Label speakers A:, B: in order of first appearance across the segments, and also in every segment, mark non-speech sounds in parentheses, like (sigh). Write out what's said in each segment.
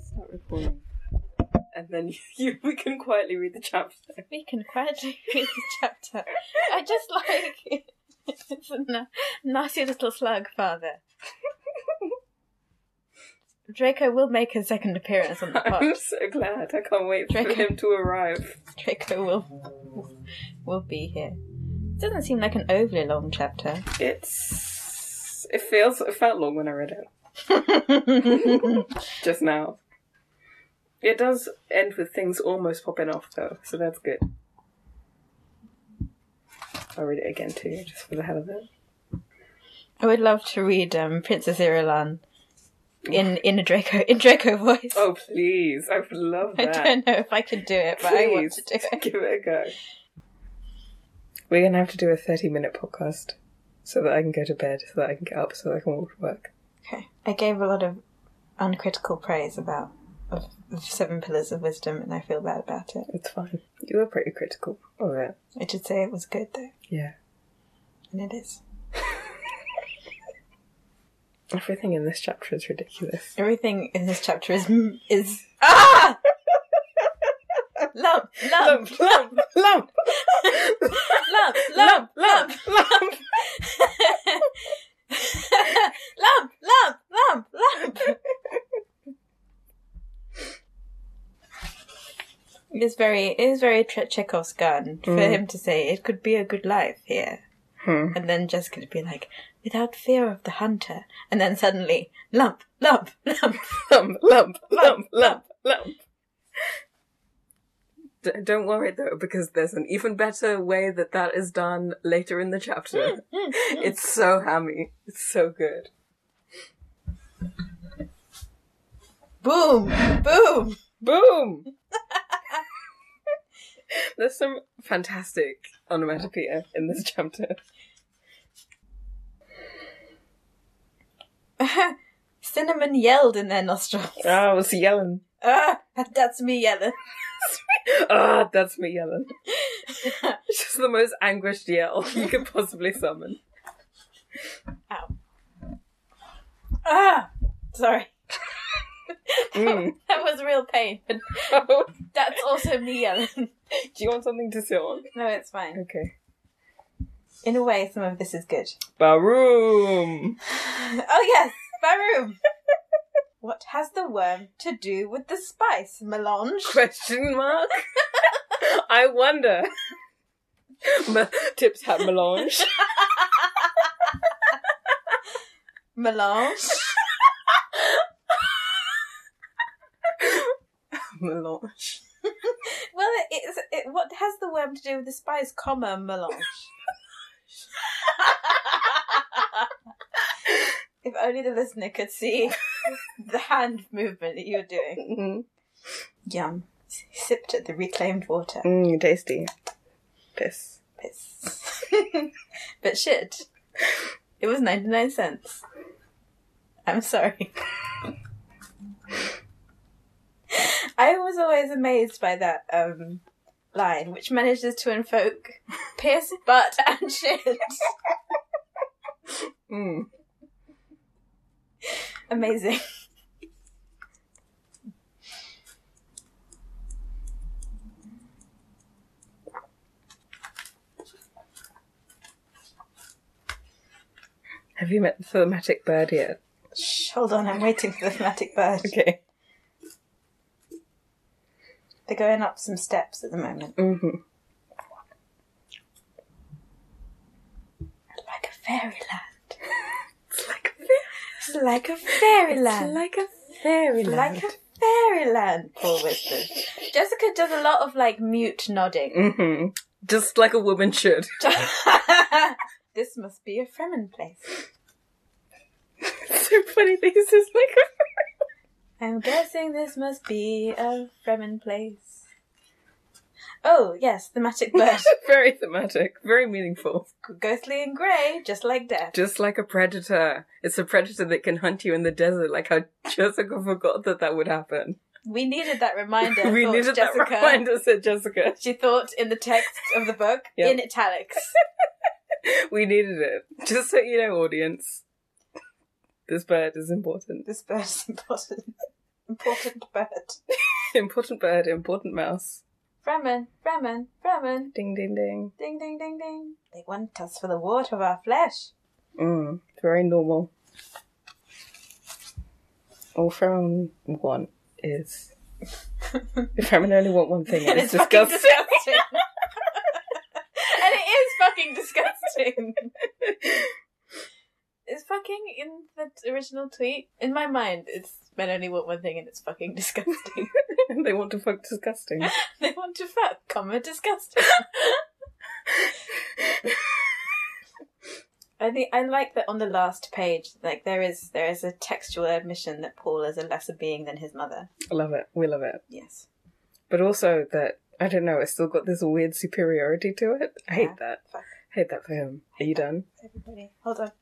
A: Start recording.
B: and then (laughs) you, you, we can quietly read the chapter.
C: We can (laughs) quietly read the chapter. I just like (laughs) it's a na- nasty little slug, Father. Draco will make his second
B: (laughs)
C: appearance on the
B: (laughs) I'm
C: pod.
B: so glad. I can't wait for
C: Draco.
B: him to arrive.
C: Draco will will be here. doesn't seem like an overly long chapter.
B: It's. It feels. It felt long when I read it (laughs) just now. It does end with things almost popping off though, so that's good. I'll read it again too, just for the hell of it.
C: I would love to read um, Princess Irulan in in a Draco in Draco voice.
B: Oh please, I would love
C: I
B: that.
C: don't know if I could do it, but I want
B: Please,
C: to do
B: (laughs)
C: it.
B: Give it a go. We're gonna have to do a thirty-minute podcast so that I can go to bed, so that I can get up, so that I can walk to work.
C: Okay. I gave a lot of uncritical praise about of, of Seven Pillars of Wisdom, and I feel bad about it.
B: It's fine. You were pretty critical of it.
C: I should say it was good though,
B: Yeah.
C: and it is.
B: Everything in this chapter is ridiculous. (laughs)
C: Everything in this chapter is is ah (laughs) lump lump lump lump
B: Lump, (laughs)
C: lump lump lump
B: lump.
C: lump lump lump lump. It is very it is very Tre- Chekhov's gun for him to say it could be a good life here,
B: Hmm.
C: and then Jessica to be like without fear of the hunter, and then suddenly lump lump lump.
B: lump, lump, lump, lump, lump. D- don't worry though, because there's an even better way that that is done later in the
C: Mm,
B: chapter. it's so hammy. It's so good.
C: Boom! Boom!
B: (laughs) Boom! there's some fantastic onomatopoeia in this chapter.
C: Cinnamon yelled in their nostrils.
B: (laughs) Ah, I was yelling.
C: Ah, that's me yelling.
B: Ah, that's me (laughs) yelling. it's just the most anguished yell (laughs) you could possibly summon. (laughs)
C: Ah, sorry. (laughs)
B: Mm.
C: That was real pain, but
B: Do
C: that's also me yelling.
B: you want something to sit on?
C: No, it's fine.
B: Okay.
C: In a way, some of this is good.
B: Baroom.
C: Oh yes, Baroom. (laughs) what has the worm to do with the spice, Melange?
B: Question (laughs) mark. I wonder. M- tips hat melange.
C: Melange.
B: (laughs) melange.
C: Well, it- it's it, what has the worm to do with the spice, comma melange? if only the listener could see the hand movement that you were doing.
B: Mm,
C: Yum. Sipped at the reclaimed water.
B: mm, tasty. Piss.
C: Piss. (laughs) but shit. It was 99 cents. I'm sorry. I was always amazed by that um, line, which manages to invoke piss, butt, and shit. (laughs)
B: Mm.
C: Amazing.
B: Have you met the thematic bird yet?
C: Shh, hold on, I'm waiting for the thematic bird.
B: Okay.
C: They're going up some steps at the moment,
B: Mm-hmm.
C: like a fairyland.
B: It's like a
C: It's like a fairyland.
B: like a fairyland.
C: Like a fairyland, Paul
B: (laughs)
C: whispers. Jessica does a lot of like mute nodding.
B: mm-hmm. Just like a woman should. (laughs) Mm.
C: (laughs) this must be a Fremen place.
B: It's so funny that he's just (laughs) like
C: I'm guessing this must be a Fremen place. Oh, yes,
B: (laughs)
C: thematic bird.
B: very thematic, very meaningful.
C: Ghostly and grey, just like death.
B: Just like a predator. It's a predator that can hunt you in the desert, like how (laughs) Jessica forgot that that would happen.
C: We needed that reminder.
B: we
C: thought
B: needed
C: Jessica.
B: that reminder, (laughs) said Jessica.
C: She thought in the text of the book
B: (laughs) Yep.
C: in italics.
B: We needed it. Just so you know, audience. This bird is important. (laughs)
C: This bird is (laughs) important. Important bird.
B: Important bird, important mouse.
C: Ramen, ramen, ramen.
B: Ding, ding, ding.
C: Ding, ding, ding, ding. They want us for the water of our flesh.
B: Mm, very normal. All Fremen want
C: (laughs)
B: is. if Fremen only want one thing, and it's
C: fucking
B: disgusting.
C: disgusting. (laughs) and it is fucking disgusting. (laughs) it's fucking in the original tweet. In my mind, it's men only want one thing and it's fucking disgusting.
B: (laughs) they want to fuck disgusting.
C: they want to fuck, comma, disgusting. (laughs) I think I like that on the last page, like there is there is a textual admission that Paul is a lesser being than his mother.
B: I love it. We love it.
C: Yes.
B: But also that, I don't know, it's still got this weird superiority to it. I
C: Yeah.
B: hate that.
C: Fuck.
B: Hate that for him. Are you done?
C: Everybody, hold on.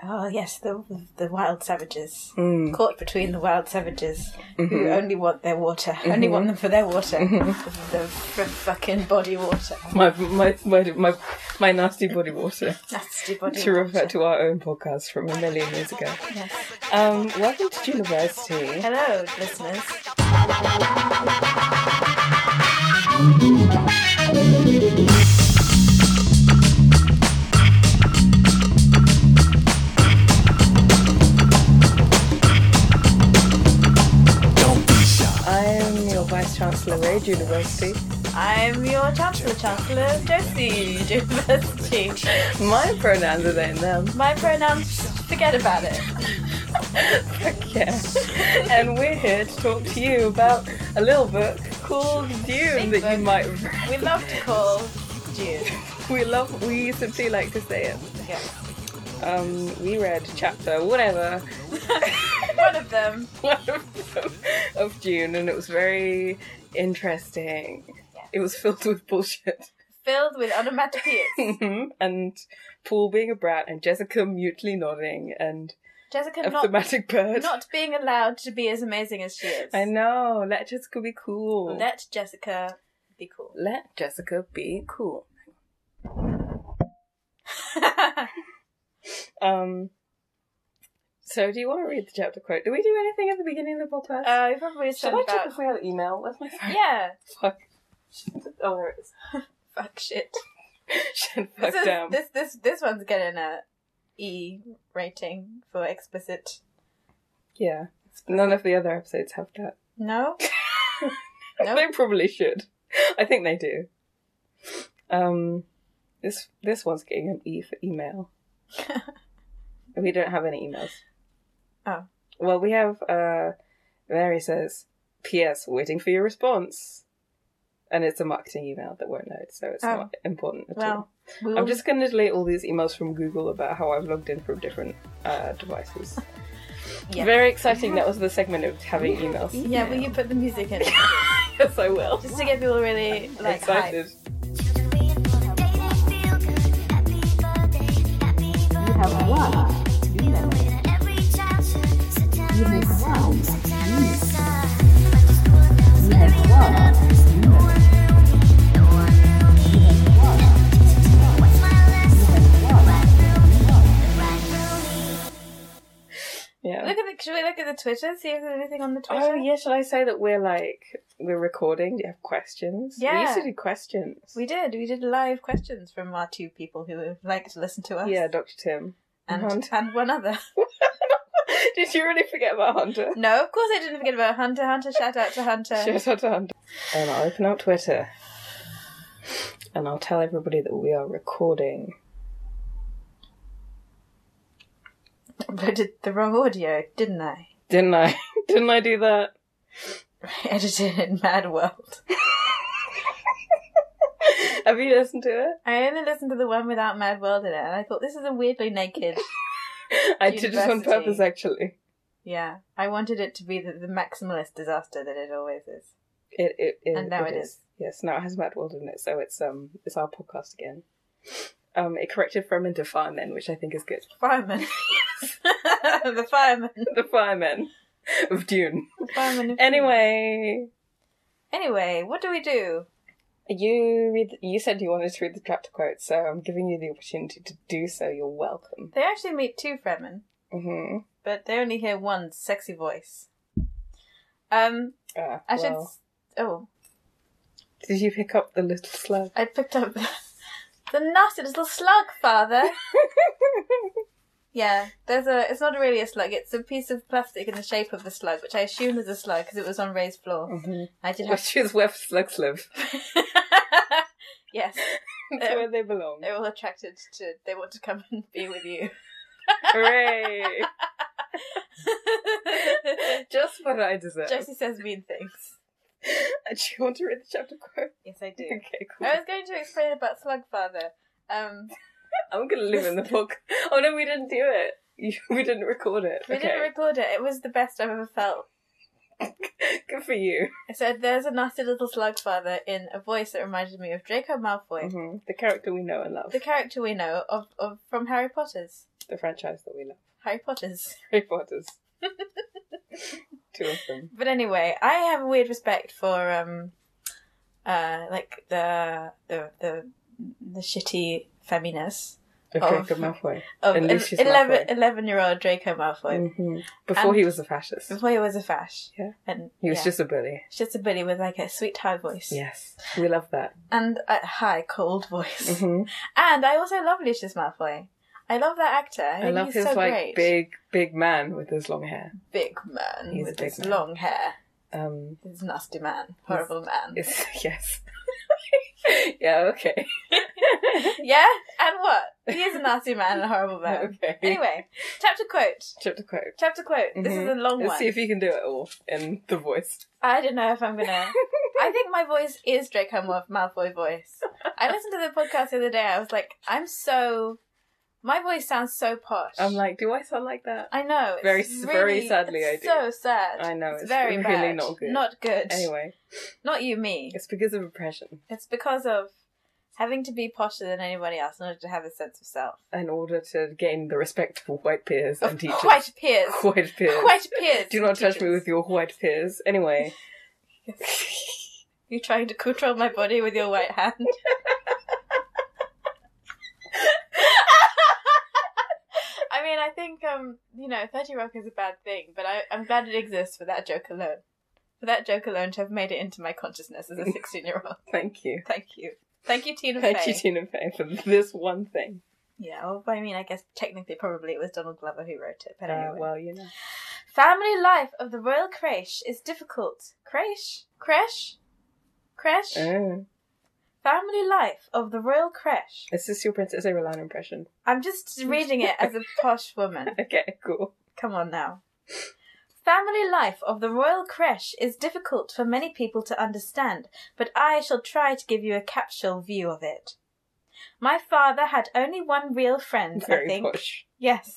C: Oh yes, the the wild savages
B: Mm.
C: caught between the wild savages who
B: Mhm.
C: only want their water, only want them for their water, the f- fucking body water,
B: My, my my my my nasty body water
C: (laughs) nasty body
B: to refer
C: water.
B: to our own podcast from a million years ago. Um, welcome to university.
C: Hello, listeners.
B: I'm your vice chancellor, Rage University.
C: I'm your chancellor, Chancellor of Josie (laughs) University.
B: My pronouns are they and them.
C: My pronouns, forget about it.
B: Fuck yeah. and we're here to talk to you about a little book called Dune that you might.
C: We love to call June.
B: We love. We simply like to say it.
C: Yeah.
B: Um, we read chapter whatever (laughs)
C: One of them.
B: one of them of Dune, and it was very interesting. It was filled with bullshit.
C: Filled with onomatopoeias.
B: Mhm. and Paul being a brat and Jessica mutely nodding and
C: Jessica
B: a
C: not
B: thematic bird.
C: (laughs) not being allowed to be as amazing as she is.
B: I know. Let Jessica be cool. Let,
C: Let Jessica be
B: (laughs)
C: cool.
B: Jessica be cool.
C: I
B: Um. So, do you want to read the chapter quote? Do we do anything at the beginning of the podcast?
C: Uh, probably
B: Should
C: said
B: I check
C: about
B: if we have email? Where's
C: (laughs)
B: my phone? (laughs)
C: yeah.
B: Fuck. Oh, there it is.
C: (laughs) Fuck shit.
B: Shit, (laughs) fuck
C: This, is,
B: damn.
C: this this this one's getting a E rating for explicit.
B: Yeah. None of the other episodes have that.
C: No. (laughs) No.
B: They probably should. I think they do. Um, this this one's getting an E for
C: (laughs)
B: email. we don't have any emails.
C: Oh.
B: Well, we have. Uh, Mary says, "P.S. Waiting for your response," and it's a marketing email that won't load, so it's
C: Oh.
B: not important at
C: Well, we
B: all.
C: will
B: I'm just going to delete all these emails from Google about how I've logged in from different uh, devices.
C: Yeah.
B: Very exciting. That was the segment of having emails.
C: yeah. Will you put the music in
B: (laughs) Yes, I will.
C: just to get people really like hyped?
B: Excited.
A: You have one. You have one. You have one.
B: Yeah.
C: Look at the, should we look at the Twitter? See if there's anything on the Twitter.
B: Oh yeah, shall I say that we're like we're recording? Do you have questions? We used to
C: Yeah.
B: do questions.
C: We did. We did live questions from our two people who would like to listen to us.
B: Yeah, Dr. Tim.
C: and
B: Hunt.
C: and one other.
B: (laughs) Did you really forget about Hunter?
C: No, of course I didn't forget about Hunter. Hunter, shout out to Hunter.
B: Shout out to Hunter. And I'll open up Twitter. And I'll tell everybody that we are recording.
C: Uploaded the wrong audio, didn't I? (laughs)
B: Didn't I? (laughs) Didn't I do that?
C: Edited in Mad World.
B: Have you listened to
C: I only listened to the one without Mad World in it, and I thought this is a weirdly naked.
B: it? I did it on
C: University.
B: purpose actually.
C: yeah, I wanted it to be the, the maximalist disaster that it always is.
B: It it, it
C: And now it is.
B: Yes, now it has Mad World in it, so it's um it's our podcast again. Um it corrected from into firemen, which I think is good. (laughs)
C: Fireman. (laughs) the fireman.
B: the firemen of Dune.
C: The fireman. of-
B: Anyway,
C: Anyway, what do we do?
B: you read. You said you wanted to read the chapter quotes, so I'm giving you the opportunity to do so. You're welcome.
C: They actually meet two Fremen,
B: hmm
C: but they only hear one sexy voice. Um,
B: Ah,
C: I should.
B: well.
C: s- Oh,
B: Did you pick up the little slug? (laughs)
C: I picked up (laughs) the, the nasty little slug, Father. Yeah, there's a. It's not really a slug. It's a piece of plastic in the shape of a slug, which I assume is a slug because it was on Ray's floor.
B: Mhm.
C: I did have.
B: Which is where slugs
C: (laughs)
B: live. (laughs)
C: yes,
B: That's where they
C: (laughs)
B: belong.
C: they're all attracted to. They want to come and be
B: (laughs)
C: with you.
B: Hooray! Just what I deserve.
C: Josie says mean things.
B: (laughs) Do you want to read the chapter quote?
C: Yes, I do.
B: Okay, cool.
C: I was going to explain about Slug Father. Um,
B: I'm gonna live in the (laughs) book. Oh no, we didn't do it. You- (laughs) We didn't record it.
C: we
B: okay.
C: didn't record it. It was the best I've ever felt.
B: Good for you.
C: I said, "There's a nasty little slug father" in a voice that reminded me of Draco Malfoy,
B: Mhm. The character we know and love.
C: the character we know of, of from Harry Potter's.
B: the franchise that we love.
C: Harry Potter's.
B: Harry (laughs) Potter's. Two of them.
C: But anyway, I have a weird respect for um, uh, like the the the the shitty feminist
B: Okay,
C: Oh.
B: good (laughs) Malfoy.
C: of
B: And
C: an
B: Lucius
C: 11,
B: Malfoy.
C: 11 year old Draco Malfoy
B: Mhm. Before
C: And-
B: he was a fascist,
C: before he was a fash.
B: Yeah.
C: and
B: he was
C: yeah,
B: just a bully.
C: just a bully with like a sweet high voice.
B: Yes, we love that.
C: and a high cold voice.
B: hmm
C: And I also love Lucius Malfoy. I love that actor. I,
B: I
C: think
B: love
C: he's
B: his
C: so
B: like
C: great.
B: big, big man with his long hair.
C: big man
B: He's a
C: with
B: big
C: his
B: man.
C: long hair.
B: Um,
C: He's a nasty man, horrible man.
B: it's, (laughs) yes, yeah, okay,
C: yeah, and what? He
B: (laughs)
C: is a nasty man and a horrible man.
B: okay.
C: Anyway, chapter quote.
B: chapter quote.
C: Chapter quote. This is a long
B: Mm-hmm. Let's
C: one.
B: see if you can do it all in the voice.
C: I don't know if
B: (laughs)
C: I'm gonna. I think my voice is Draco Mal- Malfoy voice. I listened to the podcast the other day. I was like, I'm so. My voice sounds so posh.
B: I'm like, do I sound like that?
C: I know. It's
B: Very s- very
C: really-
B: sadly
C: it's
B: I
C: So sad.
B: I know,
C: It's,
B: it's
C: very
B: really
C: bad.
B: not good.
C: Not good.
B: Anyway,
C: Not you, me.
B: it's because of oppression.
C: It's because of having to be posher than anybody else in order to have a sense of self.
B: In order to gain the respect of white peers
C: Of
B: and teachers,
C: Quite peers.
B: White peers.
C: Quite peers.
B: do not touch me
C: teachers.
B: with your white peers.
C: (laughs)
B: Anyway,
C: You're trying to control my body with your white hand. I mean, I think um, you know, Thirty Rock is a bad thing, but I, I'm glad it exists for that joke alone. For that joke alone to have made it into my consciousness as a 16 year old.
B: thank you.
C: (laughs) Thank you. Thank you, Tina
B: Thank
C: Fey.
B: you, Tina Fey, for this one thing.
C: Yeah, well, I mean, I guess technically, probably it was Donald Glover who wrote it. But
B: Uh,
C: anyway.
B: well, you know.
C: Family life of the royal creche is difficult. Creche? Creche? Creche?
B: Oh,
C: Family life of the royal creche.
B: is this your Princess Irulan impression? (laughs)
C: I'm just reading it as a posh woman.
B: Okay, cool.
C: Come on now. Family life of the royal creche is difficult for many people to understand, but I shall try to give you a capsule view of it. My father had only one real friend, I
B: Very
C: think.
B: posh.
C: Yes.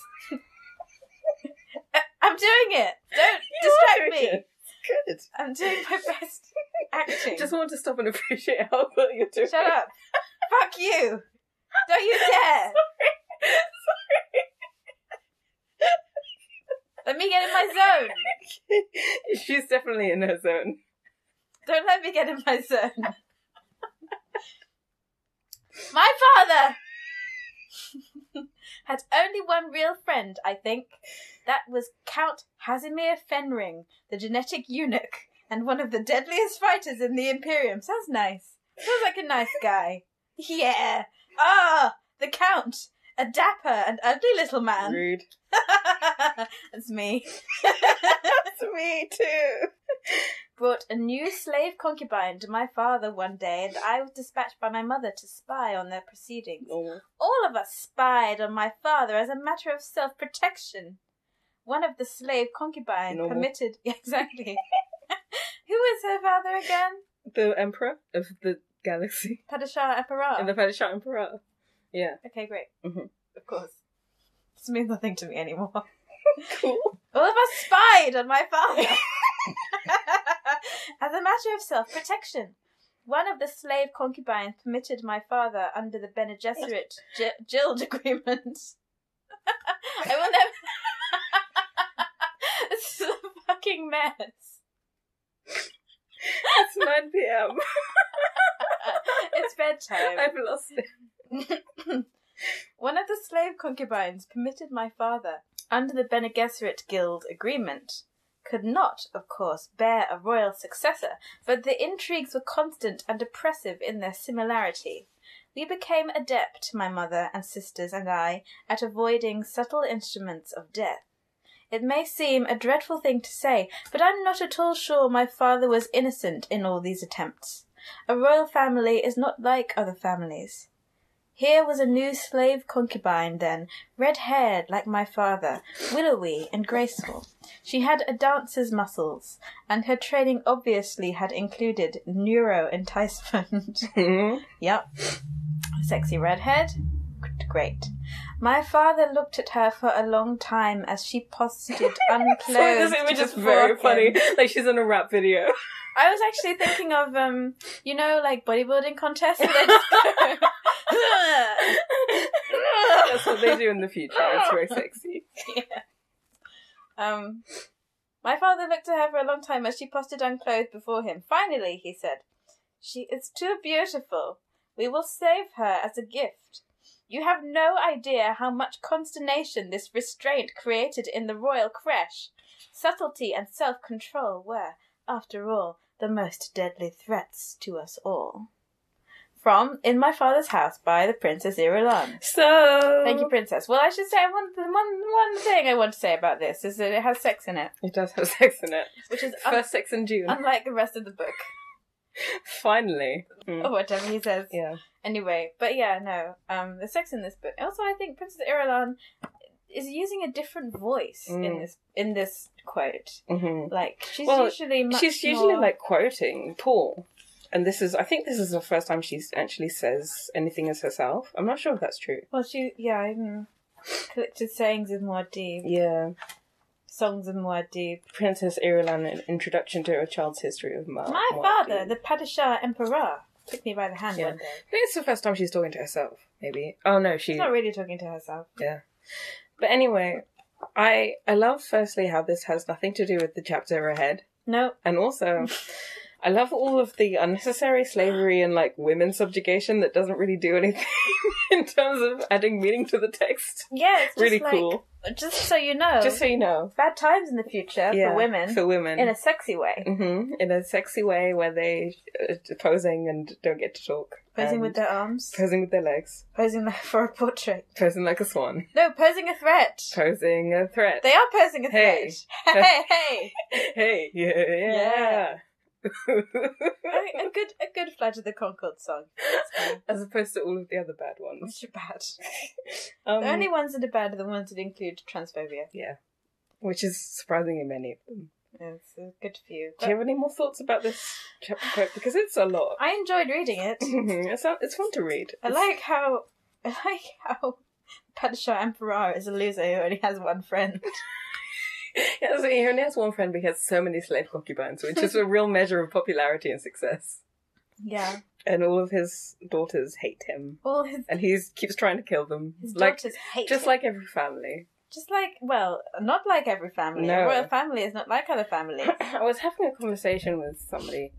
C: I- I'm doing it. Don't
B: (laughs) You are
C: (laughs) distract me.
B: doing it. Good.
C: I'm doing my
B: (laughs)
C: best acting.
B: Just want to stop
C: (laughs)
B: and appreciate how well (laughs) you're doing.
C: Shut up. Fuck you. Don't you dare. Let me get in my zone.
B: (laughs) She's definitely in her zone.
C: (laughs) Don't let me get in my zone. (laughs) My father (laughs) had only one real friend, I think. That was Count Casimir Fenring, the genetic eunuch, and one of the deadliest fighters in the Imperium. Sounds nice. Sounds like a nice guy. Yeah. Ah, the Count, a dapper and ugly little man.
B: Rude.
C: (laughs) That's me.
B: That's me too.
C: brought a new slave concubine to my father one day, and I was dispatched by my mother to spy on their proceedings.
B: Oh,
C: All of us spied on my father as a matter of self protection. One of the slave concubines
B: Normal.
C: permitted. (laughs) Yeah, exactly. Who is her father again?
B: the Emperor of the Galaxy
C: Padishah Aparat.
B: and the Padishah Emperor. Yeah,
C: Okay, great.
B: Mhm.
C: Of course. This means nothing to me anymore.
B: cool.
C: All of us spied on my father. (laughs) As a matter of self protection, one of the slave concubines permitted my father under the Bene Gesserit G- Gild Agreement. (laughs) I will never. (laughs) this is a fucking mess. (laughs)
B: It's 9 p.m.
C: It's bedtime.
B: I've lost it.
C: One of the slave concubines permitted my father, under the Bene Gesserit Guild agreement, could not, of course, bear a royal successor, but the intrigues were constant and oppressive in their similarity. We became adept, my mother and sisters and I, at avoiding subtle instruments of death. It may seem a dreadful thing to say, but I'm not at all sure my father was innocent in all these attempts. A royal family is not like other families. Here was a new slave concubine, then, red haired like my father, willowy and graceful. She had a dancer's muscles, and her training obviously had included neuro (laughs) enticement. Yep. Sexy redhead. Great. My father looked at her for a long time as she postured
B: (laughs)
C: unclothed.
B: (laughs) Sorry, this image is
C: before
B: very
C: him.
B: funny. Like she's in a rap
C: (laughs)
B: video.
C: I was actually thinking of um, you know, like
B: (laughs)
C: bodybuilding contests. where (laughs) they just go,
B: That's what they do in the future. It's very sexy.
C: um, my father looked at her for a long time as she postured unclothed before him. Finally, he said, "She is too beautiful. We will save her as a gift." You have no idea how much consternation this restraint created in the royal creche. Subtlety and self control were, after all, the most deadly threats to us all. From In My Father's House by the Princess Irulan.
B: So
C: Thank you, Princess. Well, I should say one, one, one thing I want to say about this is that it has sex in it,
B: It does have sex in it.
C: which is un-
B: First sex in June.
C: unlike the rest of the book
B: Finally. Mm.
C: or whatever he says.
B: Yeah.
C: Anyway, but yeah, no, um, the sex in this book. Also, I think Princess Irulan is using a different voice in
B: Mm.
C: this in this quote.
B: hmm
C: Like she's
B: Well,
C: usually much
B: She's usually
C: more-
B: like quoting Paul. And this is, I think this is the first time she actually says anything as herself. I'm not sure if that's true.
C: well she yeah mm, collected sayings in Muad'Dib,
B: Yeah.
C: songs in Muad'Dib.
B: Princess Irulan, an introduction to a child's history of Mar-
C: My
B: Muad'Dib.
C: father, the Padishah Emperor, took me by the hand
B: Yeah.
C: one day.
B: I think it's the first time she's talking to herself, maybe. Oh no, she.
C: She's not really talking to herself.
B: But anyway, I I love firstly how this has nothing to do with the chapter ahead,
C: No,
B: and
C: (laughs)
B: also I love all of the unnecessary slavery and like women subjugation that doesn't really do anything (laughs) in terms of adding meaning to the text.
C: yeah, it's just
B: really
C: like,
B: cool.
C: Just so you know,
B: Just so you know,
C: bad times in the future for women
B: for women
C: in a sexy way,
B: hmm in a sexy way where they uh, posing and don't get to talk,
C: posing
B: and
C: with their arms,
B: posing with their legs,
C: posing (laughs) like for a portrait.
B: posing like a swan,
C: No, posing a threat.
B: posing a threat.
C: They are posing
B: (laughs)
C: a
B: Hey.
C: threat. Hey,
B: hey,
C: hey,
B: yeah. yeah.
C: a, a good, a good flight of the Concord song.
B: (laughs) As opposed to all of the other bad ones.
C: Which are bad.
B: Um,
C: the only ones that are bad are the ones that include transphobia.
B: Yeah. Which is surprisingly many of them.
C: It's a good few.
B: Do you have any more thoughts about this chapter quote? Because it's a
C: (laughs)
B: lot. Mm-hmm.
C: I enjoyed
B: (laughs)
C: reading it.
B: it's, not- it's fun to read.
C: I like how I like how (laughs) Padishah Emperor is a loser who only has one friend.
B: (laughs) Yeah, so he only has one friend, but he has so many slave concubines, which
C: (laughs)
B: is a real measure of popularity and success.
C: Yeah.
B: And all of his daughters hate him,
C: All his
B: and he keeps trying to kill them,
C: his
B: like
C: daughters hate
B: just
C: him.
B: like every family.
C: just like well, not like every family.
B: No.
C: A royal family is not like other families.
B: (laughs) (clears throat) I was having a conversation with somebody,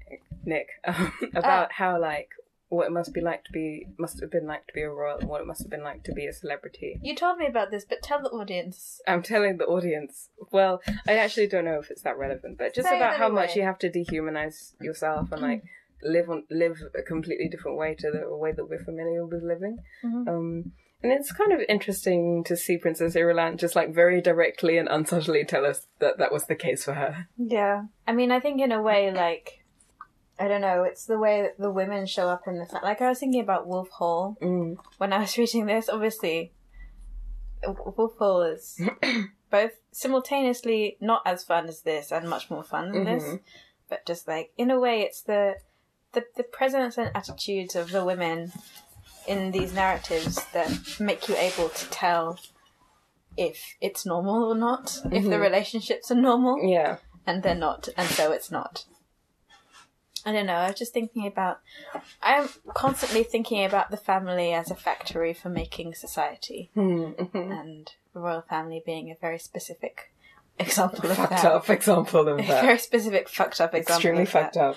B: Nick, (laughs) um, about how like what it must be like to be must have been like to be a royal and what it must have been like to be a celebrity.
C: you told me about this, but tell the audience.
B: I'm telling the audience. Well, I actually don't know if it's that relevant, but just
C: Say it
B: about how much
C: anyway.
B: you have to dehumanize yourself and
C: (clears throat)
B: like live on live a completely different way to the way that we're familiar with living.
C: Mhm.
B: Um, and it's kind of interesting to see Princess Irulan just like very directly and unsubtly tell us that that was the case for her.
C: Yeah. I mean, I think in a way, like, I don't know, it's the way that the women show up in the. Fa- like, I was thinking about Wolf Hall
B: Mm.
C: when I was (laughs) reading this. Obviously, W- Wolf Hall is both simultaneously not as fun as this and much more fun than this,
B: Mhm.
C: but just like, in a way, it's the. The, the presence and attitudes of the women in these narratives that make you able to tell if it's normal or not, if the
B: Mhm.
C: relationships are normal
B: Yeah.
C: and they're not, and so it's not. I don't know. I was just thinking about. I'm constantly thinking about the family as a factory for making society,
B: (laughs) Mm-hmm.
C: and the royal family being a very specific example of
B: fucked
C: that.
B: up example of
C: (laughs) A
B: that.
C: very specific fucked up example.
B: Extremely fucked up.
C: up.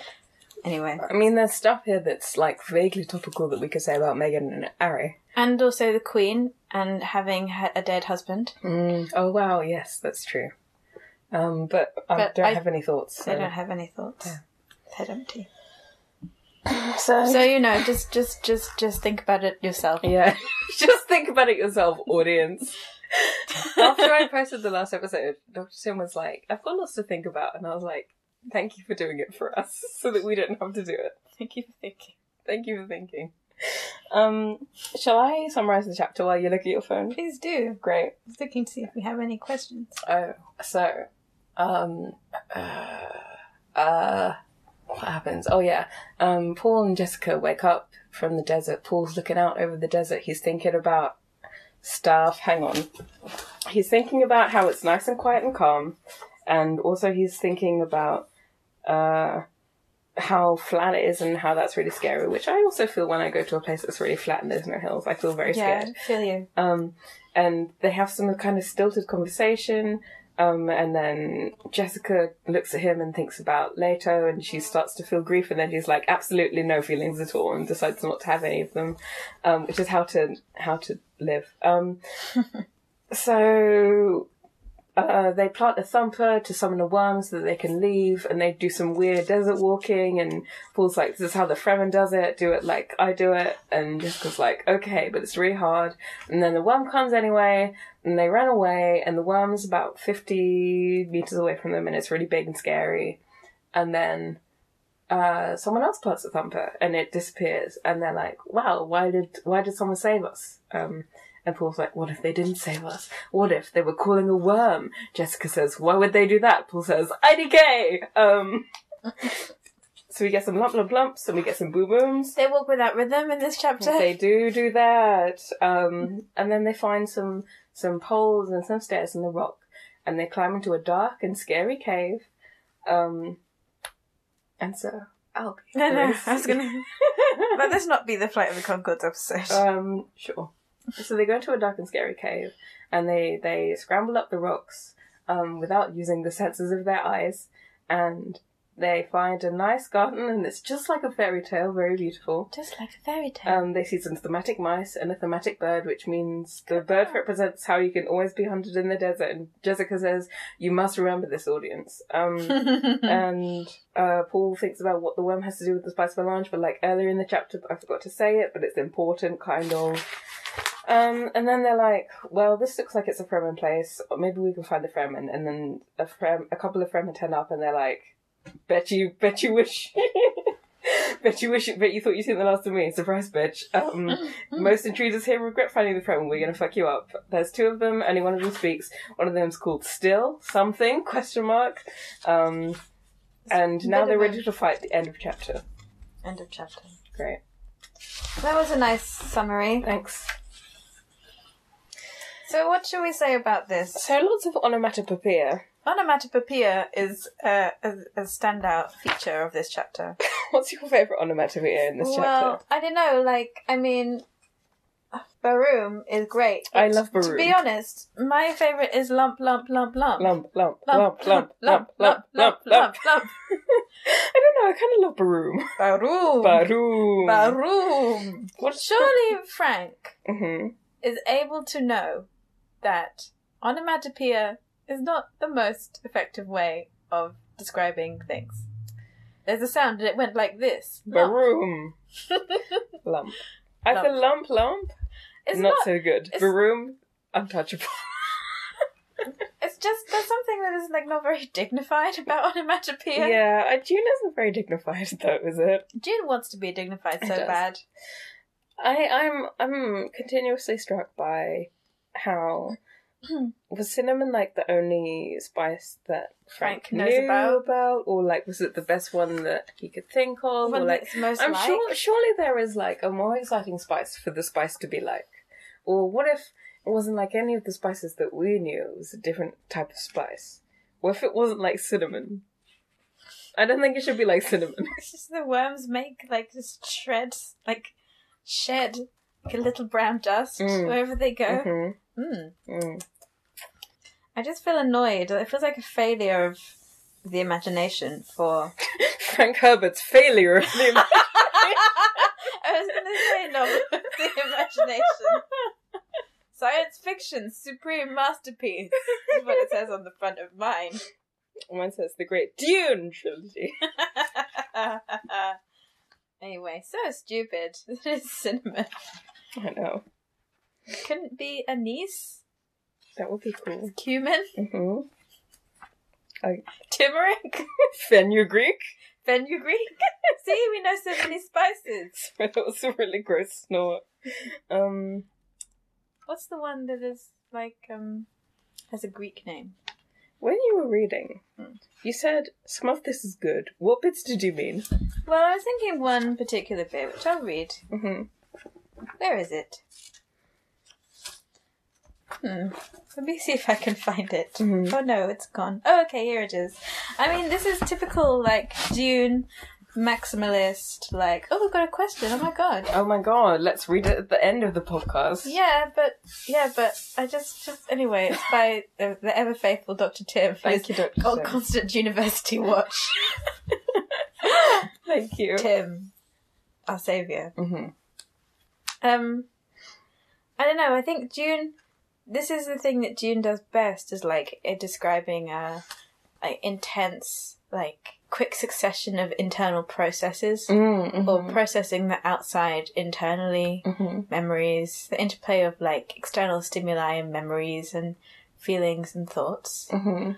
C: Anyway,
B: I mean, there's stuff here that's like vaguely topical that we could say about Meghan and Harry.
C: and also the queen and having ha- a dead husband.
B: Oh wow, yes, that's true. Um, but I
C: But
B: don't
C: I-
B: have any thoughts.
C: They
B: so-
C: don't have any thoughts.
B: Hmm. Yeah.
C: They're empty.
B: So,
C: So you know, just just just just think about it yourself.
B: yeah, (laughs) just think about it yourself, audience. After I posted the last episode, Dr. Tim was like, "I've got lots to think about," and I was like, "Thank you for doing it for us, (laughs) so that we don't have to do it."
C: Thank you for thinking.
B: Thank you for thinking. Um, shall I summarize the chapter while you look at your phone?
C: Please do.
B: Great.
C: I was looking to see if we have any questions.
B: Oh, so, um, uh, uh, what happens? Oh, yeah. Um, Paul and Jessica wake up from the desert. Paul's looking out over the desert. He's thinking about stuff. Hang on. He's thinking about how it's nice and quiet and calm. And also, he's thinking about, uh, how flat it is and how that's really scary, which I also feel when I go to a place that's really flat and there's no hills. I feel very
C: yeah,
B: scared.
C: I feel you.
B: Um, and they have some kind of stilted conversation. Um, and then Jessica looks at him and thinks about Leto, and she starts to feel grief. And then he's like, absolutely no feelings at all, and decides not to have any of them, um, which is how to how to live. Um, so uh, they plant a thumper to summon a worm so that they can leave, and they do some weird desert walking. And Paul's like, "This is how the Fremen does it. Do it like I do it." And Jessica's like, "Okay, but it's really hard." And then the worm comes anyway, and they run away. And the worm's about fifty meters away from them, and it's really big and scary. And then uh, someone else plants a thumper, and it disappears. And they're like, "Wow, why did why did someone save us?" Um, and Paul's like, what if they didn't save us? What if they were calling a worm? Jessica says, why would they do that? Paul says, IDK! Um, (laughs) so we get some lump lump lumps and we get some boom booms.
C: They walk without rhythm in this chapter. (laughs)
B: They do do that. Um, and then they find some, some poles and some stairs in the rock and they climb into a dark and scary cave. Um, and so I'll
C: (laughs)
B: be
C: no, no,
B: honest. (laughs)
C: I was gonna. Let this not be the Flight of the Concords episode.
B: Um, sure. So they go into a dark and scary cave, and they they scramble up the rocks um, without using the senses of their eyes, and they find a nice garden, and it's just like a fairy tale, very beautiful.
C: Just like a fairy tale.
B: Um, they see some thematic mice and a thematic bird, which means the bird represents how you can always be hunted in the desert. And Jessica says, "You must remember this, audience." Um, and uh, Paul thinks about what the worm has to do with the spice melange, but like earlier in the chapter, I forgot to say it, but it's important, kind of. Um, and then they're like, well, this looks like it's a Fremen place, or maybe we can find the Fremen. And then a Frem- a couple of Fremen turn up and they're like, bet you, bet you wish. (laughs) Bet you wish, bet you thought you'd seen the last of me. Surprise, bitch. Um, most intruders here regret finding the Fremen. We're gonna fuck you up. There's two of them. Only one of them speaks. One of them's called Still Something? Question mark. Um, and now
C: bit
B: they're
C: of
B: ready to fight the end of chapter.
C: (laughs) End of chapter.
B: Great.
C: That was a nice summary.
B: Thanks.
C: So, what should we say about this?
B: So lots of onomatopoeia.
C: Onomatopoeia is uh, a, a standout feature of this chapter.
B: (laughs) What's your favourite onomatopoeia in this
C: Well,
B: chapter?
C: I don't know. Like, I mean, Baroom is great.
B: I
C: but
B: love
C: To
B: Baroom.
C: be honest, my favorite is lump, lump, lump, lump,
B: Lump, lump, lump, lump, lump, lump, lump, lump.
C: lump, lump.
B: I don't know, I kind of love (laughs) Baroom.
C: Baroom,
B: Baroom. (laughs)
C: Baroom.
B: What's
C: Surely Frank
B: hmm
C: is able to know that onomatopoeia is not the most effective way of describing things. There's a sound, and it went like this.
B: (laughs)
C: Lump.
B: Baroom. lump. I feel lump, lump.
C: It's
B: not,
C: not
B: so good.
C: it's-
B: Baroom, untouchable.
C: It's just there's something that is like not very (laughs) dignified about onomatopoeia.
B: Yeah, uh, June isn't very dignified (laughs) though, is it?
C: June wants to be dignified
B: It
C: so
B: does.
C: bad.
B: I, I'm I'm continuously struck by
C: (clears throat)
B: how was cinnamon like the only spice that Frank,
C: Frank knows
B: knew
C: about?
B: about? or like was it the best one that he could think of,
C: One
B: or like
C: that's most
B: I'm
C: like.
B: sure surely there is like a more exciting spice for the spice to be like, or what if it wasn't like any of the spices that we knew? It was a different type of spice. What if it wasn't like cinnamon? I don't think it should be like cinnamon.
C: (laughs) It's just the worms make like this shred, like shed, like a little brown dust
B: Mm.
C: wherever they go.
B: Mhm.
C: Mm.
B: Mm.
C: I just feel annoyed. It feels like a failure of the imagination for.
B: Frank Herbert's failure of the
C: I was gonna say no, but the imagination. Science fiction supreme masterpiece is what it says on the front of mine. (laughs)
B: Mine says the Great Dune trilogy. (laughs)
C: anyway, so stupid. (laughs) It is cinema.
B: I know.
C: Couldn't be a niece,
B: That would be cool.
C: cumin, (laughs)
B: hmm (laughs)
C: turmeric, (laughs)
B: Fenugreek.
C: fenugreek. (laughs) See, we know so many spices.
B: (laughs) that was a really gross snort. Um,
C: What's the one that is like um has a Greek name?
B: when you were reading,
C: Hmm.
B: you said some of this is good. What bits did you mean?
C: Well, I was thinking one particular bit, which I'll read.
B: hmm
C: Where is it? Hmm. Let me see if I can find it.
B: Mhm.
C: Oh no, it's gone. Oh, okay, here it is. I mean, this is typical, like, Dune maximalist, like, oh, we've got a question, oh my god.
B: Oh my god, let's read it at the end of the podcast.
C: Yeah, but, yeah, but I just, just, anyway, it's by the, the ever faithful Dr. Tim.
B: Thank you, Dr.
C: On
B: Tim.
C: Constant University Watch.
B: Thank you.
C: Tim, our saviour.
B: hmm
C: Um, I don't know. I think June. This is the thing that June does best is like uh, describing a, a intense, like quick succession of internal processes or
B: Mm-hmm.
C: processing the outside internally
B: hmm
C: memories, the interplay of like external stimuli and memories and feelings and thoughts.
B: hmm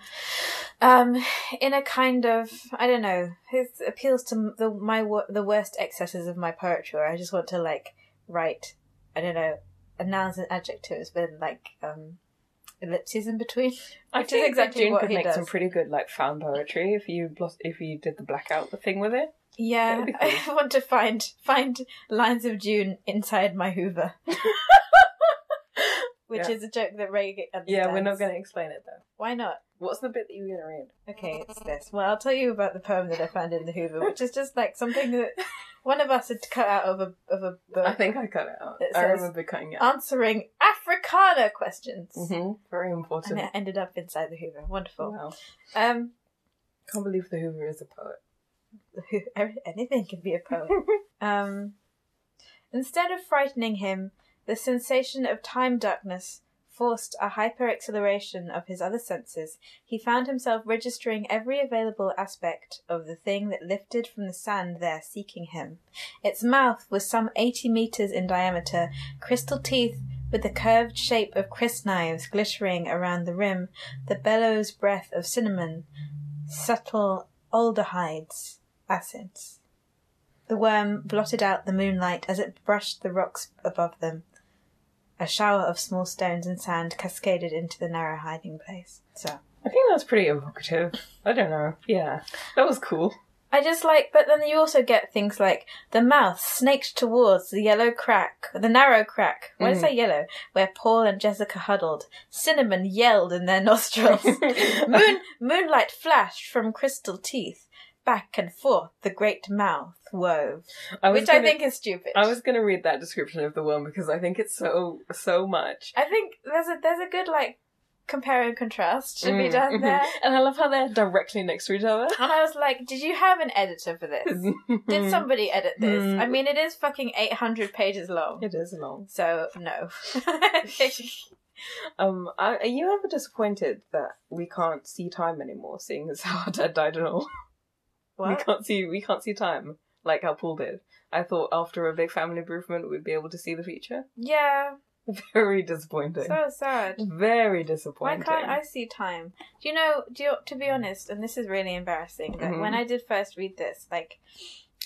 C: Um, in a kind of I don't know, it appeals to the my wor- the worst excesses of my poetry. Where I just want to like write, I don't know, nouns and adjectives with like um, ellipses in between.
B: I
C: Which is
B: think
C: exactly
B: exactly June
C: what
B: could
C: he
B: make some
C: does.
B: pretty good like fan poetry if you blos- if you did the blackout thing with it.
C: Yeah,
B: That'd be
C: (laughs) I want to find find lines of June inside my
B: (laughs)
C: Hoover, (laughs) which
B: Yeah.
C: is a joke that Ray understands.
B: Yeah, we're not going to explain it though.
C: Why not?
B: What's the bit that you're going to read?
C: Okay, it's this. Well, I'll tell you about the poem that I found in the Hoover, which is just like something that one of us had cut out of a of a book.
B: I think I cut it out.
C: It
B: I
C: says-
B: remember cutting it out.
C: answering Africana questions,
B: hmm Very
C: Mm-hmm. and
B: important.
C: it ended up inside the Hoover. Wonderful.
B: Wow.
C: Um,
B: Can't believe the Hoover is a poet.
C: (laughs) anything can be a poem. um, instead of frightening him, the sensation of time darkness forced a hyper-acceleration of his other senses. He found himself registering every available aspect of the thing that lifted from the sand there seeking him. Its mouth was some 80 meters in diameter, crystal teeth with the curved shape of crisp knives glittering around the rim, the bellows breath of cinnamon, subtle aldehydes, acids. The worm blotted out the moonlight as it brushed the rocks above them. A shower of small stones and sand cascaded into the narrow hiding place. So
B: I think that's pretty evocative. I don't know. Yeah, that was (laughs) cool.
C: I just like, but then you also get things like the mouth snaked towards the yellow crack, the narrow crack. Why did I say yellow? Where Paul and Jessica huddled. Cinnamon yelled in
B: (laughs)
C: their (laughs) nostrils. Moon, moonlight flashed from crystal teeth. Back and forth, the great mouth wove,
B: I was
C: which I
B: gonna-
C: think is stupid.
B: I was going to read that description of the worm because I think it's so so much.
C: I think there's a there's a good like compare and contrast should be
B: Mm,
C: done
B: mhm.
C: there.
B: And I love how they're directly next to each other.
C: And I was like, did you have an editor
B: (laughs)
C: for this? Did somebody edit this?
B: Mm.
C: I mean, it is fucking eight hundred pages long.
B: It is long.
C: So
B: (laughs)
C: no. (laughs)
B: Um, are, are you ever disappointed that we can't see time anymore? Seeing as (laughs) how our dad died and all, we
C: what?
B: can't see we can't see time like how Paul did. I thought after a big family bereavement we'd be able to see the future. (laughs)
C: Yeah,
B: Very disappointing.
C: so sad.
B: Very
C: Why
B: disappointing.
C: can't I see time? Do you know? Do you, to be honest, and this is really embarrassing. That
B: Mhm.
C: when I did first read this, like,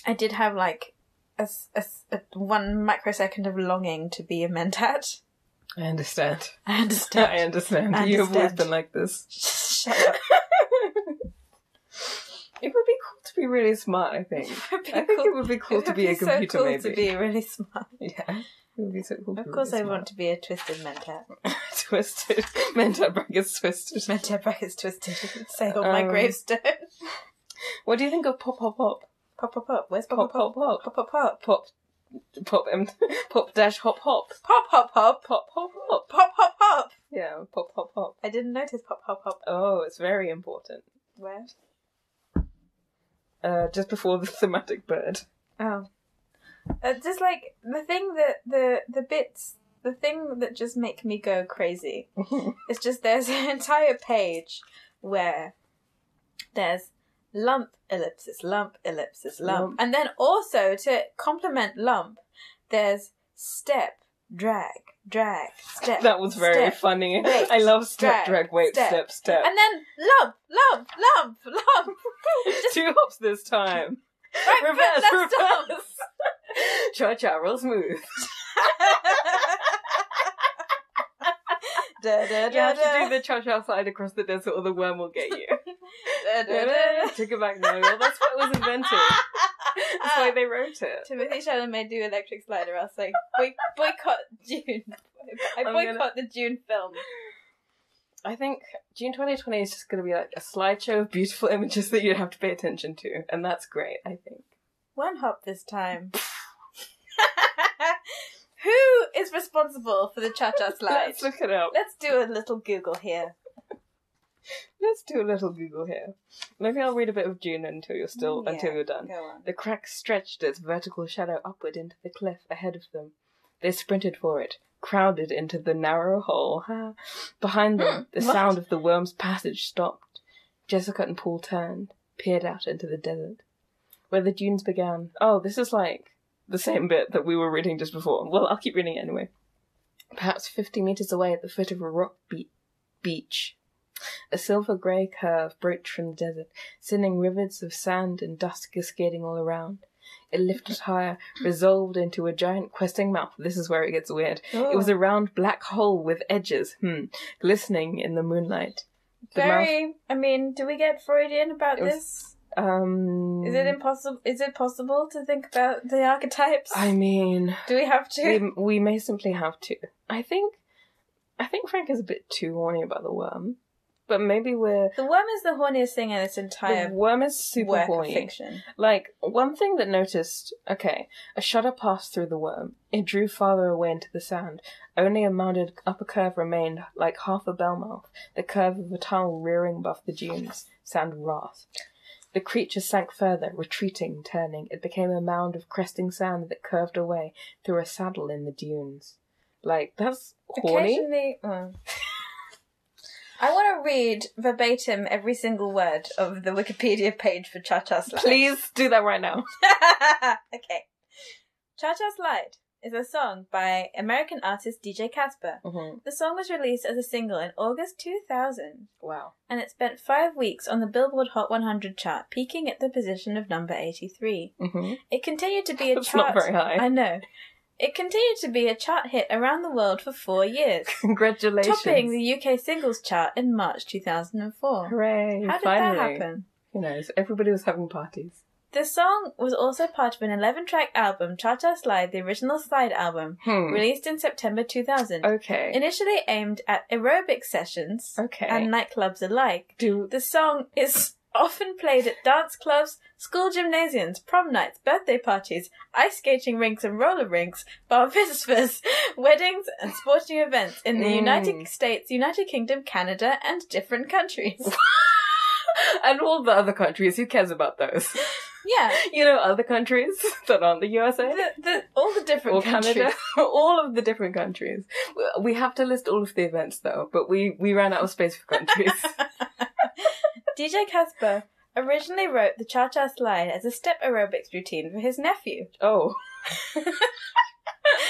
C: I did have like a, s- a s- a- one microsecond of longing to be a mentat. (laughs)
B: I understand.
C: I
B: I
C: understand.
B: understand.
C: I
B: You have always
C: understand.
B: been like this.
C: (laughs) Shut up.
B: It would be cool to be really smart. I think.
C: would be
B: I think
C: cool-
B: it would be (laughs) cool
C: it
B: to
C: would (laughs)
B: be a computer.
C: so cool
B: maybe.
C: to be really smart.
B: (laughs) Yeah. It would be so cool.
C: Of course, I want to be a twisted mentor.
B: (laughs) twisted. Mentor brackets twisted.
C: Mentor brackets twisted. (laughs) Say on my
B: Um,
C: gravestone.
B: What do you think of pop pop pop
C: (laughs) Pop pop pop. Where's
B: pop
C: pop pop
B: pop pop
C: pop
B: pop
C: pop pop
B: pop (laughs) um, pop dash hop hop
C: pop pop pop
B: pop hop hop?
C: pop pop pop.
B: Yeah, pop pop pop.
C: I didn't notice pop pop pop.
B: Oh, it's very important.
C: Where?
B: Uh, just before the (laughs) thematic bird.
C: Oh, uh, just like the thing that the the bits. The thing that just make
B: (laughs)
C: (laughs) me go crazy It's just there's an entire page where there's lump ellipsis, lump ellipsis, lump.
B: Lump.
C: And then also to complement lump, there's step, drag, drag, step.
B: That was very
C: step.
B: funny.
C: wait,
B: I love step,
C: drag,
B: drag, wait,
C: step.
B: step, step.
C: And then lump, lump, lump, lump. Just
B: Two hops this time.
C: right
B: (laughs)
C: foot,
B: Reverse,
C: left stomp.
B: reverse. (laughs) Cha cha, real smooth.
C: (laughs) Da, da,
B: You
C: da,
B: have to do
C: da.
B: the cha cha slide across the desert, or the worm will get you.
C: (laughs) Da, da, da. (laughs)
B: Took it back now. Well, that's what was invented. That's
C: Ah.
B: why they wrote it.
C: Timothy Chalamet do Electric Slide, or I'll say boy- boycott June. I
B: I'm
C: boycott the June film.
B: I think June 2020 is just going to be like a slideshow of beautiful images that you have to pay attention to, and that's great. I think.
C: One hop this (laughs) time. Who is responsible for the cha cha slide?
B: Let's look it up.
C: Let's do a little Google here.
B: Let's do a little Google here. Maybe I'll read a bit of June until you're still
C: Mm, Yeah.
B: until you're done.
C: Go on.
B: The crack stretched its vertical shadow upward into the cliff ahead of them. They sprinted for it, crowded into the narrow hole. Ha. Behind them, the
C: What?
B: sound of the worm's passage stopped. Jessica and Paul turned, peered out into the desert. Where the dunes began. Oh, this is like the same bit that we were reading just before. Well, I'll keep reading it anyway. Perhaps 50 meters away at the foot of a rock be- beach, a silver grey curve broached from the desert, sending rivets of sand and dust cascading all around. It lifted higher, resolved into a giant questing mouth. This is where it gets weird. It
C: Oh.
B: was a round black hole with edges, hmm, glistening in the moonlight. the
C: very. I mean, do we get Freudian about
B: It was-
C: this?
B: Um,
C: Is it impossible? Is it possible to think about the archetypes?
B: I
C: (laughs)
B: mean,
C: do we have to?
B: we, we may simply have to. I think, I think Frank is a bit too horny about the worm, but maybe we're.
C: the worm is the horniest thing in this
B: The
C: entire
B: worm is super
C: work of
B: horny.
C: fiction.
B: Like, one thing that noticed okay, a shudder passed through the worm. It drew farther away into the sand. Only a mounded upper curve remained, like half a bell mouth, the curve of a tunnel rearing above the dunes. Sand rasped. The creature sank further, retreating, turning. It became a mound of cresting sand that curved away through a saddle in the dunes. Like, that's horny.
C: Occasionally, mm. I want to read verbatim every single word of the Wikipedia page for Cha Cha Slide.
B: Please do that right now.
C: (laughs) okay. Cha Cha Slide is a song by American artist DJ Casper.
B: Mhm.
C: The song was released as a single in August 2000
B: Wow.
C: and it spent five weeks on the Billboard Hot 100 chart, peaking at the position of number 83.
B: hmm
C: It continued to be a
B: That's
C: chart.
B: not very high.
C: I know. It continued to be a chart hit around the world for four years
B: Congratulations.
C: topping the UK singles chart in March 2004.
B: Hooray.
C: How did
B: finally.
C: that happen?
B: Who knows? Everybody was having parties.
C: The song was also part of an 11 track album, Cha Cha Slide, the original Slide album,
B: Hmm.
C: released in September 2000.
B: Okay.
C: Initially aimed at aerobic sessions
B: okay.
C: and nightclubs alike,
B: do
C: the song is often played at dance clubs, school gymnasiums, prom nights, birthday parties, ice skating rinks and roller rinks, bar (laughs) mitzvahs, weddings, and sporting events in the
B: Mm.
C: United States, United Kingdom, Canada, and different countries.
B: and all the other countries. Who cares about
C: (laughs)
B: those?
C: (laughs) yeah,
B: you know, other countries (laughs) that aren't the USA
C: the, the, all the different
B: or
C: countries.
B: Canada, (laughs) all of the different countries. We have to list all of the events though, but we we ran out of space for
C: (laughs)
B: countries.
C: DJ Casper originally wrote the Cha Cha Slide as a step aerobics routine for his nephew, (laughs)
B: oh.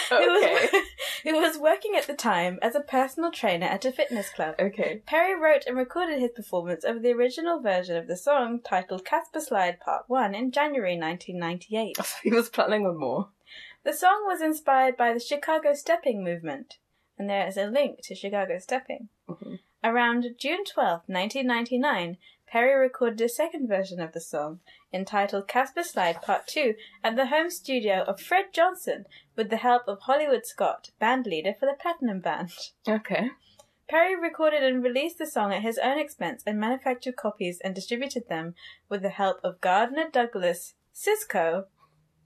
C: who, was,
B: okay.
C: (laughs) who was working at the time as a personal trainer at a fitness club.
B: Okay.
C: Perry wrote and recorded his performance of the original version of the song titled Casper Slide Part 1 in January 1998.
B: He was planning on more.
C: The song was inspired by the Chicago stepping movement, and there is a link to Chicago stepping.
B: Mhm.
C: Around June twelfth, 1999, Perry recorded a second version of the song entitled Casper Slide Part 2 at the home studio of Fred Johnson with the help of Hollywood Scott, band leader for the Platinum Band.
B: Okay.
C: Perry recorded and released the song at his own expense and manufactured copies and distributed them with the help of Gardner Douglas Cisco.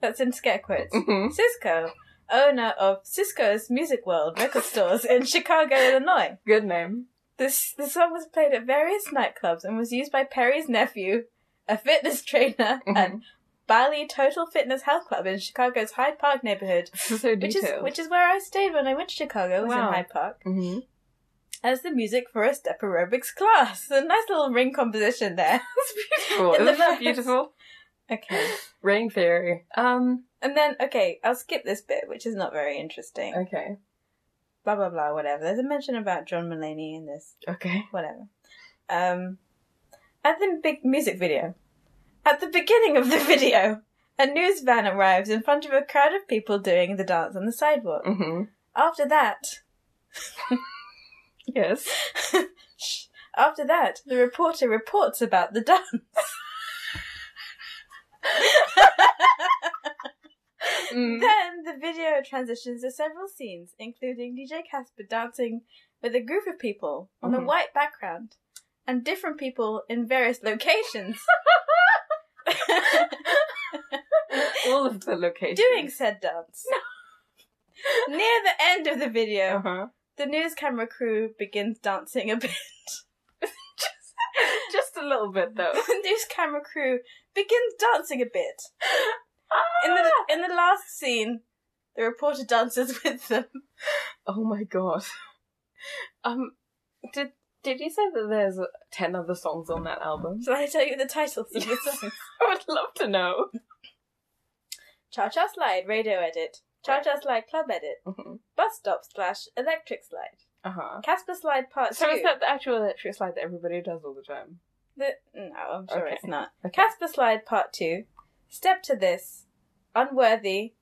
C: That's in scare quotes.
B: Mhm.
C: Cisco, owner of Cisco's Music World record stores in Chicago, Illinois.
B: Good name.
C: This the song was played at various nightclubs and was used by Perry's nephew, a fitness trainer,
B: Mhm.
C: and Bali Total Fitness Health Club in Chicago's Hyde Park neighborhood,
B: This is so
C: which is
B: detailed.
C: which is where I stayed when I went to Chicago. Was
B: Wow.
C: (laughs) in Hyde Park.
B: Mhm.
C: as the music for a step aerobics class. A nice little ring composition there.
B: Cool.
C: In the
B: Isn't that
C: notes.
B: beautiful?
C: Okay.
B: Ring theory. Um.
C: And then, okay, I'll skip this bit, which is not very interesting.
B: Okay.
C: Blah, blah, blah, whatever. There's a mention about John Mullaney in this.
B: Okay.
C: Whatever. Um, at the big music video, at the beginning of the (laughs) video, a news van arrives in front of a crowd of people doing the dance on the sidewalk.
B: hmm
C: After that, (laughs)
B: Yes.
C: after that, the reporter reports about the dance.
B: (laughs) Mm.
C: Then the video transitions to several scenes, including DJ Casper dancing with a group of people on a
B: Mhm.
C: white background and different people in various locations
B: All of the locations.
C: doing said dance. Near the end of the video,
B: Uh-huh.
C: the news camera crew begins dancing a bit.
B: (laughs)
C: (laughs)
B: Just a little bit though.
C: the news camera crew begins dancing a bit. In the in the last scene, the reporter dances with them. (laughs)
B: Oh my god. Um, did did you say that there's ten other songs on that album?
C: Shall I tell you the titles of the songs?
B: (laughs) I would love to know.
C: Cha Cha Slide radio edit. Cha Cha Slide club edit.
B: Mhm.
C: Bus stop slash electric slide.
B: Uh huh.
C: Casper Slide part
B: So
C: two.
B: is that the actual electric slide that everybody does all the time?
C: The- no, I'm sure
B: Okay.
C: it's not.
B: Okay.
C: Casper Slide part two. Step to this. Unworthy.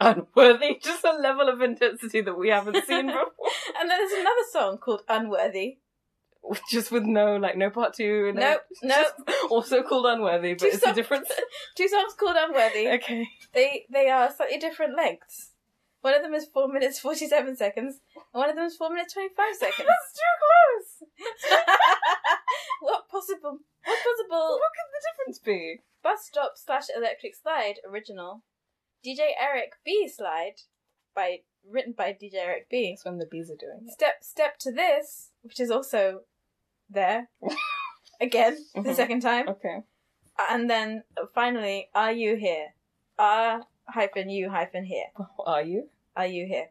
B: Unworthy, (laughs) just a level of intensity that we haven't (laughs) seen before.
C: And then there's another song called Unworthy.
B: just with no like no part two. and (laughs)
C: Nope, nope.
B: Also called unworthy, but
C: Two
B: it's a
C: songs.
B: different.
C: Two songs called Unworthy.
B: (laughs) Okay.
C: They they are slightly different lengths. One of them is four minutes forty seven seconds, and one of them is four minutes twenty
B: (laughs)
C: five seconds.
B: That's too
C: what possible? What possible?
B: What could the difference be?
C: Bus stop slash electric slide original, DJ Eric B slide, by written by DJ Eric B.
B: It's when the bees are doing it.
C: Step step to this, which is also there
B: (laughs)
C: again the
B: Mhm.
C: second time,
B: Okay.
C: and then finally, are you here? Are hyphen you hyphen here?
B: Are you?
C: Are you here?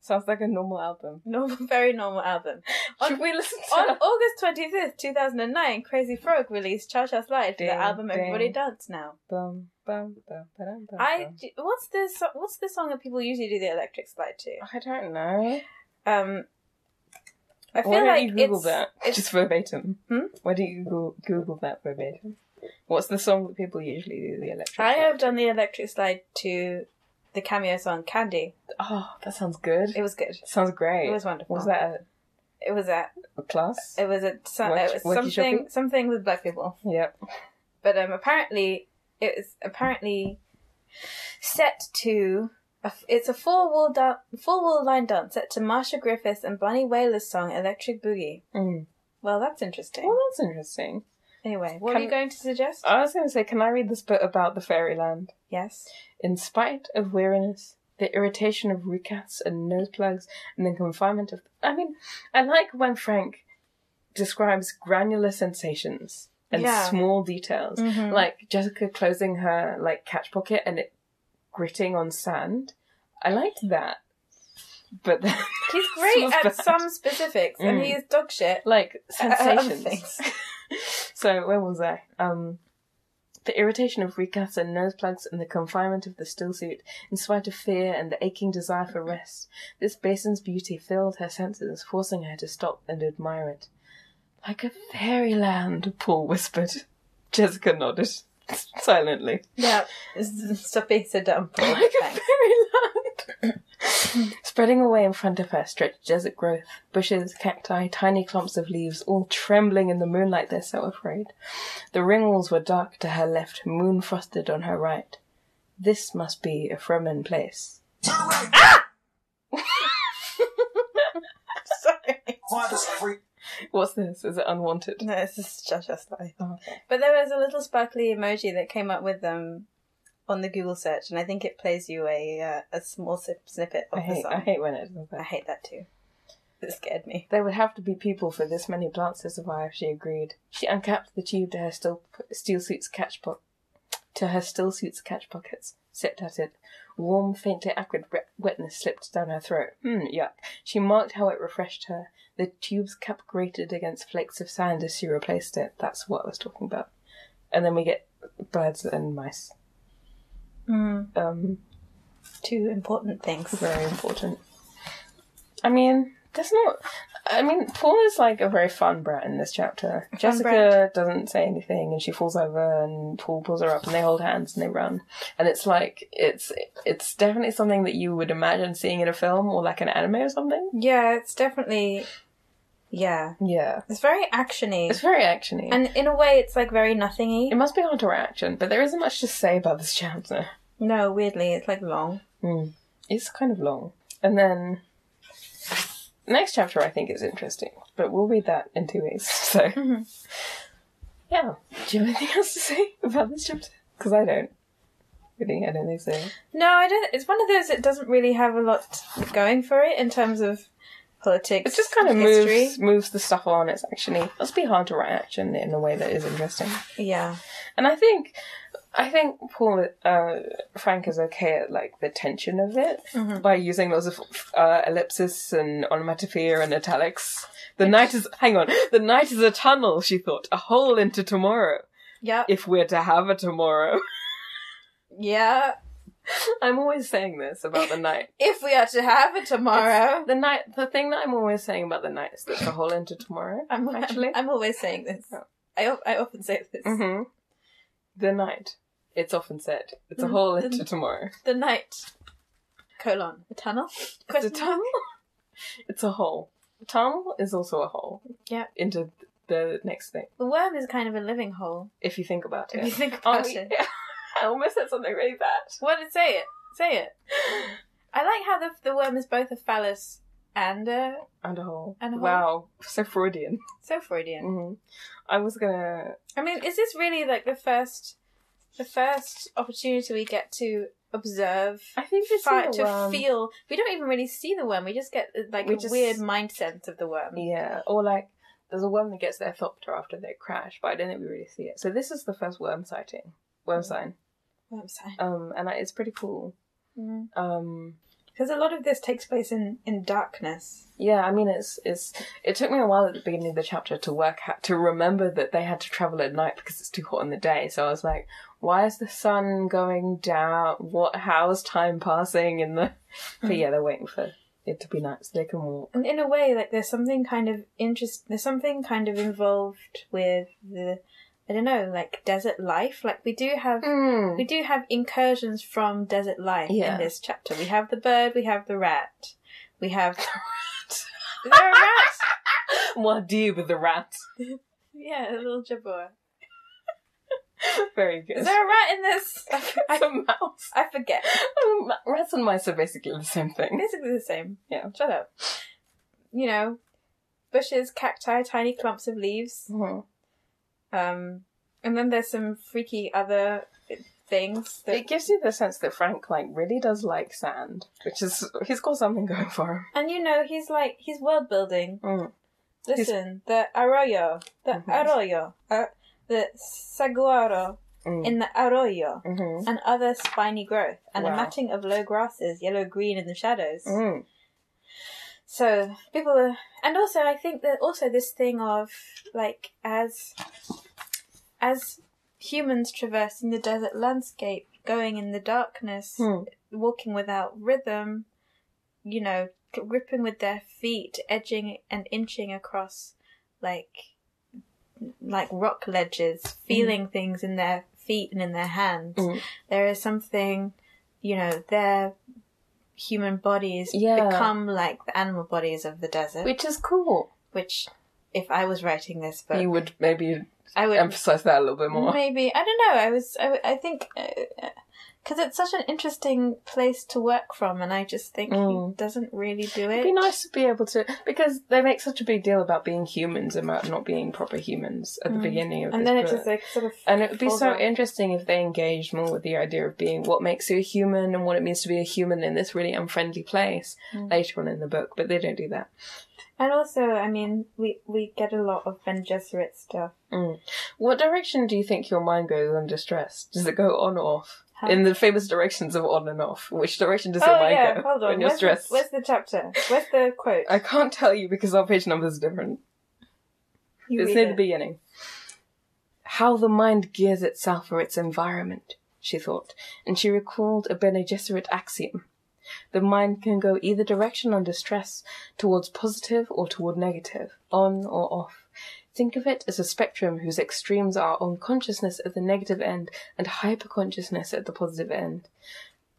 B: Sounds like a normal album.
C: normal, (laughs) very normal album. On-
B: Should we listen to
C: On August 25th, 2009, Crazy Frog released Cha Cha Slide for the
B: Ding,
C: album Everybody
B: ding.
C: Dance Now.
B: Bum, bum, bum, ba-dum, bum,
C: I
B: bum.
C: d- what's the so- what's the song that people usually do the electric slide to?
B: I don't know.
C: Um I feel
B: Why don't
C: like
B: you Oh, Google
C: it's,
B: that
C: it's
B: just verbatim?
C: Hmm?
B: Why don't you Google, Google that verbatim? What's the song that people usually do the electric?
C: I have
B: slide?
C: done the electric slide to the cameo song Candy.
B: Oh, that sounds good.
C: It was good.
B: sounds great.
C: It was wonderful.
B: Was that
C: It was a
B: a, a class?
C: it was a so-
B: Work-
C: it was
B: worky
C: something
B: shopping?
C: something with black people.
B: Yep.
C: but um, apparently it is apparently set to a f it's a four wall da- four wall line dance set to Marsha Griffiths and Bunny Wailer's song "Electric Boogie."
B: Mm.
C: Well, that's interesting.
B: Well, that's interesting.
C: Anyway, what are
B: Can-
C: you going to suggest?
B: I was going to say, can I read this bit about the fairyland?
C: yes. Yeah.
B: small details,
C: Mhm.
B: like Jessica closing her like catch pocket and it gritting on sand. I liked that, but then, (laughs)
C: He's great
B: Smells
C: at
B: bad.
C: some specifics, and
B: Mm.
C: he is
B: (laughs)
C: dog shit.
B: like
C: at other
B: sensations. (laughs) so where was I? Um, the irritation of recasts and nose plugs and the confinement of the stillsuit, in spite of fear and the aching desire for rest, this basin's beauty filled her senses, forcing her to stop and admire it. Like a fairyland, Paul whispered. Jessica nodded (laughs) silently.
C: Yeah, stop being so dumb. Paul.
B: Like a
C: Thanks.
B: fairyland. (laughs) Spreading away in front of her stretched desert growth, bushes, cacti, tiny clumps of leaves, all trembling in the moonlight they're so afraid. The ring walls were dark to her left, moon frosted on her right. This must be a Fremen place.
D: Turn right.
C: Ah! (laughs) Sorry.
D: Why does freak?
B: What's this? Is it unwanted?
C: No, this is just just like.
B: Oh, okay.
C: But there was a little sparkly emoji that came up with them on the Google search, and I think it plays you a uh, a small sip- snippet
B: I
C: of the
B: hate,
C: song.
B: I hate when it does
C: I
B: that.
C: hate that too. It scared me.
B: There would have to be people for this many plants to survive, she agreed. She uncapped the tube to her still, steel suit's catch po- to her still suit's catch pockets, sipped at it. Warm, faintly acrid wet- wetness slipped down her throat. Hmm, yuck. She marked how it refreshed her. The tube's cap grated against flakes of sand as she replaced it. That's what I was talking about. And then we get birds and mice.
C: Mm,
B: Um,
C: two important things.
B: very important. I mean, there's not. I mean, Paul is like a very fun brat in this chapter. Jessica
C: brat.
B: doesn't say anything, and she falls over, and Paul pulls her up, and they hold hands and they run. And it's like it's it's definitely something that you would imagine seeing in a film or like an anime or something.
C: Yeah, it's definitely. Yeah,
B: Yeah,
C: it's very actiony,
B: it's very actiony.
C: and in a way, it's like very nothingy.
B: it must be hard to action, but there isn't much to say about this chapter.
C: No, weirdly, it's like long.
B: It's kind of long. And then next chapter I think is interesting, but we'll read that in two weeks. (laughs) So yeah. Do you have anything else to say about this chapter? Because I don't. Really, I don't think so.
C: No, I don't. It's one of those that doesn't really have a lot going for it in terms of politics.
B: It just kind of
C: history.
B: moves moves the stuff on. It's actually it must be hard to write action in a way that is interesting.
C: Yeah,
B: And I think I think Paul uh, Frank is okay at like the tension of it
C: Mm-hmm.
B: by using lots of uh, ellipsis and onomatopoeia and italics. The night is hang on. The night is a tunnel. She thought a hole into tomorrow.
C: yeah,
B: If we're to have a tomorrow, (laughs)
C: yeah.
B: I'm always saying this about the
C: (laughs)
B: night.
C: If we are to have a tomorrow,
B: The night. The thing that I'm always saying about the night is that the hole into tomorrow.
C: (laughs) I'm actually.
B: actually.
C: I'm, always saying this.
B: Oh.
C: I o- I often say this.
B: hmm The night. It's often said. It's a
C: Mm,
B: hole
C: the-
B: into tomorrow.
C: The night. Colon. The tunnel.
B: The tunnel? It's a hole. Tunnel is also a hole.
C: Yeah.
B: Into the next thing,
C: The worm is kind of a living hole.
B: if you think about
C: If you
B: it.
C: think
B: (laughs) Aren't
C: about
B: we-
C: it.
B: I almost said something really bad.
C: What did say it?
B: (gasps)
C: Say it. I like how the the worm is both a phallus and a
B: And a hole.
C: And a hole.
B: Wow. So Freudian.
C: so Freudian.
B: hmm I was gonna.
C: I mean, is this really like the first the first opportunity we get to observe?
B: I think this
C: fi-
B: is
C: to feel we don't even really see the worm. We just get uh, like
B: We
C: a
B: just-
C: weird mind sense of the worm.
B: Yeah. Or like, there's a worm that gets their thopter after they crash, but I don't think we really see it. So this is the first worm sighting.
C: Mm.
B: Worm sign.
C: Worm sign.
B: Um, and that is pretty cool. Um,
C: Because a lot of this takes place in in darkness.
B: Yeah, I mean, it's it's it took me a while at the beginning of the chapter to work out, to remember that they had to travel at night because it's too hot in the day. So I was like, why is the sun going down? What? How is time passing in the? (laughs) But yeah, they're waiting for it to be night so they can walk.
C: And in a way, like there's something kind of interest. There's something kind of involved with the, I don't know, like desert life. Like we do have
B: Mm.
C: we do have incursions from desert life
B: Yeah.
C: in this chapter. We have the bird. We have the rat. We
B: (laughs)
C: have. Is there a rat?
B: What do you with the rat? (laughs)
C: Yeah, a little jaboa.
B: Very good.
C: Is there a rat
B: (laughs)
C: in this? I,
B: It's
C: I,
B: a mouse. (laughs)
C: I forget.
B: Um, Rats and mice are basically the same thing.
C: Basically the same.
B: Yeah.
C: Shut up. You know, bushes, cacti, tiny clumps of leaves.
B: Mhm.
C: Um, and then there's some freaky other things. That,
B: It gives you the sense that Frank like really does like sand, which is he's got something going for him.
C: and you know, he's like, he's world building.
B: Mm.
C: Listen, the arroyo, the
B: Mhm.
C: arroyo, uh, the saguaro
B: Mm.
C: in the arroyo,
B: Mhm.
C: and other spiny growth, and a
B: Wow.
C: matting of low grasses, yellow green in the shadows.
B: Mm.
C: So people are, and also I think that also this thing of like as as humans traversing the desert landscape, going in the darkness,
B: Hmm.
C: walking without rhythm, you know, gripping with their feet, edging and inching across like like rock ledges, feeling things in their feet and in their hands.
B: Mm.
C: There is something, you know, their human bodies
B: Yeah.
C: become like the animal bodies of the desert.
B: which is cool.
C: which, if I was writing this book,
B: you would maybe
C: I would
B: emphasize that a little bit more.
C: Maybe I don't know. I was I, w- I think because it's such an interesting place to work from, and I just think he
B: Mm.
C: doesn't really do it.
B: It'd be nice to be able to because they make such a big deal about being humans and about not being proper humans at the
C: Mm.
B: beginning of
C: and
B: this
C: then it
B: book.
C: just like sort of
B: and it would be
C: falls
B: so
C: off.
B: interesting if they engaged more with the idea of being what makes you a human and what it means to be a human in this really unfriendly place
C: Mm.
B: later on in the book, but they don't do that.
C: And also, I mean, we, we get a lot of Ben Gesserit stuff.
B: What direction do you think your mind goes under stress? Does it go on or off?
C: Huh?
B: In the famous directions of on and off, which direction does your
C: oh
B: mind
C: yeah,
B: go
C: hold on.
B: uh, when you're
C: Where's the,
B: stressed?
C: where's the chapter? Where's the quote?
B: I can't tell you because our page number is different.
C: You
B: it's
C: read
B: near
C: it.
B: the beginning. How the mind gears itself for its environment, she thought, and she recalled a Bene Gesserit axiom. The mind can go either direction under stress, towards positive or toward negative, on or off. Think of it as a spectrum whose extremes are unconsciousness at the negative end and hyperconsciousness at the positive end.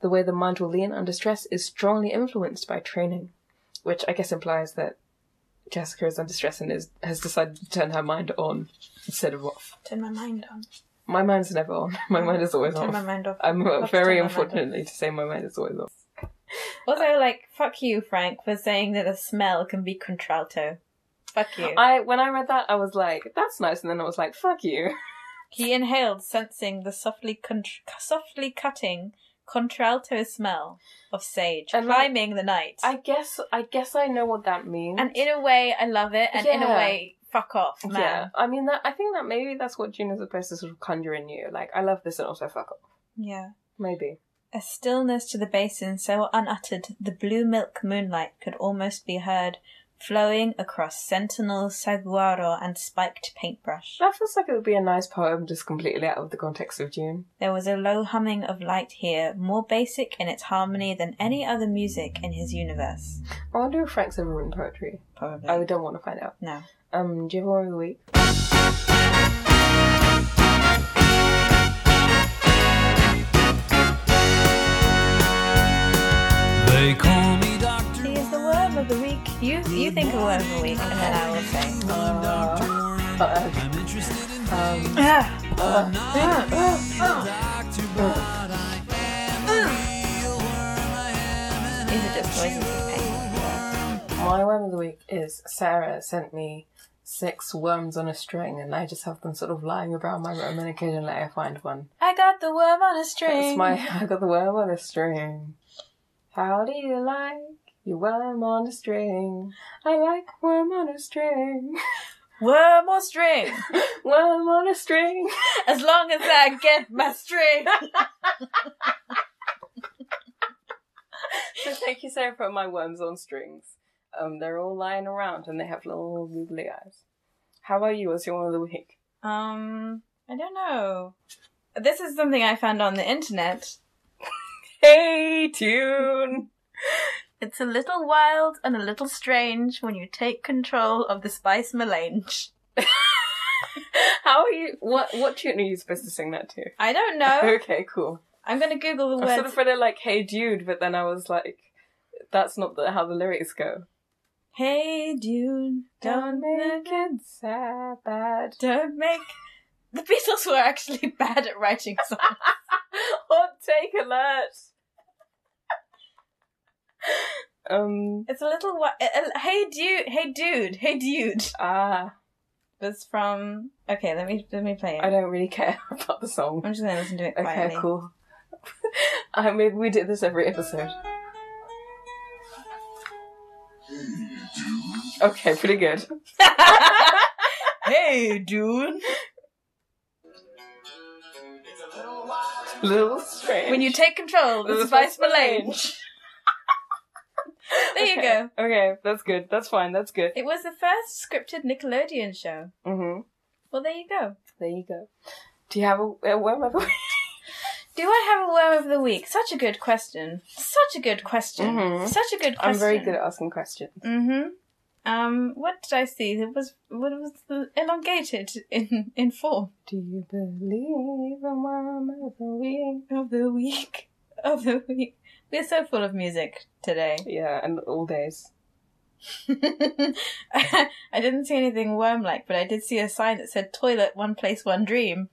B: The way the mind will lean under stress is strongly influenced by training, which I guess implies that Jessica is under stress and is, has decided to turn her mind on instead of off.
C: Turn my mind on.
B: My mind's never on. (laughs) My mind is always
C: Turn my
B: on.
C: mind off.
B: I'm uh,
C: Love to
B: very
C: turn my mind off.
B: unfortunately to say my mind is always off.
C: Also, like, fuck you, Frank, for saying that a smell can be contralto. Fuck you.
B: I when I read that I was like, that's nice, and then I was like, fuck you. (laughs)
C: He inhaled, sensing the softly con- softly cutting contralto smell of sage
B: And, like,
C: climbing the night.
B: I guess I guess I know what that means.
C: and in a way, I love it, and in a
B: Yeah.
C: way, fuck off, man.
B: yeah, I mean that. I think that maybe that's what June is supposed to sort of conjure in you. Like, I love this and also fuck off.
C: Yeah.
B: Maybe.
C: A stillness to the basin so unuttered the blue milk moonlight could almost be heard flowing across sentinel, saguaro, and spiked paintbrush.
B: That feels like it would be a nice poem, just completely out of the context of June.
C: There was a low humming of light here, more basic in its harmony than any other music in his universe.
B: I wonder if Frank's ever written poetry.
C: Probably.
B: I don't want to find out.
C: No.
B: Um, do you have one of the week?
D: They call me Doctor.
C: He is the worm of the week. You you think a worm of the week, and then I will say.
B: Uh,
D: I'm interested in
C: Ah,
B: uh.
D: Doctor, but I
C: these are just voices of pain.
B: My worm of the week is Sarah sent me six worms on a string, and I just have them sort of lying around my room, and occasionally I find one.
C: I got the worm on a
B: That's
C: string.
B: my (laughs) I got the worm on a string. How do you like your worm on a string? I like worm on a string, (laughs)
C: worm or string. (laughs)
B: worm on a string. (laughs)
C: As long as I get my string. (laughs)
B: So thank you, Sarah, for my worms on strings. Um, they're all lying around, and they have little googly eyes. How about you? What's your worm of the week?
C: Um, I don't know. This is something I found on the internet.
B: Hey, tune.
C: It's a little wild and a little strange when you take control of the spice melange.
B: (laughs) How are you? What what tune are you supposed to sing that to?
C: I don't know.
B: (laughs) Okay, cool.
C: I'm gonna Google the
B: I sort
C: words.
B: of read it like "Hey Dude," but then I was like, "That's not the, how the lyrics go."
C: Hey, dude, don't make it.
B: sad, (laughs) bad.
C: Don't make. The Beatles were actually (laughs) bad at writing songs.
B: Hot take alert. (laughs) um.
C: it's a little. Wi- a- a- hey, dude. Hey, dude. Hey, dude.
B: Ah,
C: Was from. Okay, let me let me play it.
B: I don't really care (laughs) about the song.
C: I'm just gonna listen to it
B: Okay,
C: quietly. (laughs)
B: cool. (laughs) I mean, we do this every episode. Okay, pretty good.
C: hey, dude.
B: (laughs) Little strange.
C: When you take control of the spice melange.
B: (laughs)
C: There you go.
B: Okay, that's good. That's fine. That's good.
C: It was the first scripted Nickelodeon show.
B: Mm-hmm.
C: Well, there you go.
B: There you go. Do you have a, uh, a worm of the week?
C: Do I have a worm of the week? Such a good question. Such a good question.
B: Mhm.
C: Such a
B: (laughs)
C: good question.
B: I'm very good at asking questions.
C: Mm-hmm. Um, what did I see? It was what was the- elongated in in form
B: Do you believe in worm of the week?
C: of the week (laughs) of the week. We're so full of music today. (laughs)
B: Yeah, and all days. (laughs)
C: I didn't see anything worm-like, but I did see a sign that said "Toilet, one place, one dream"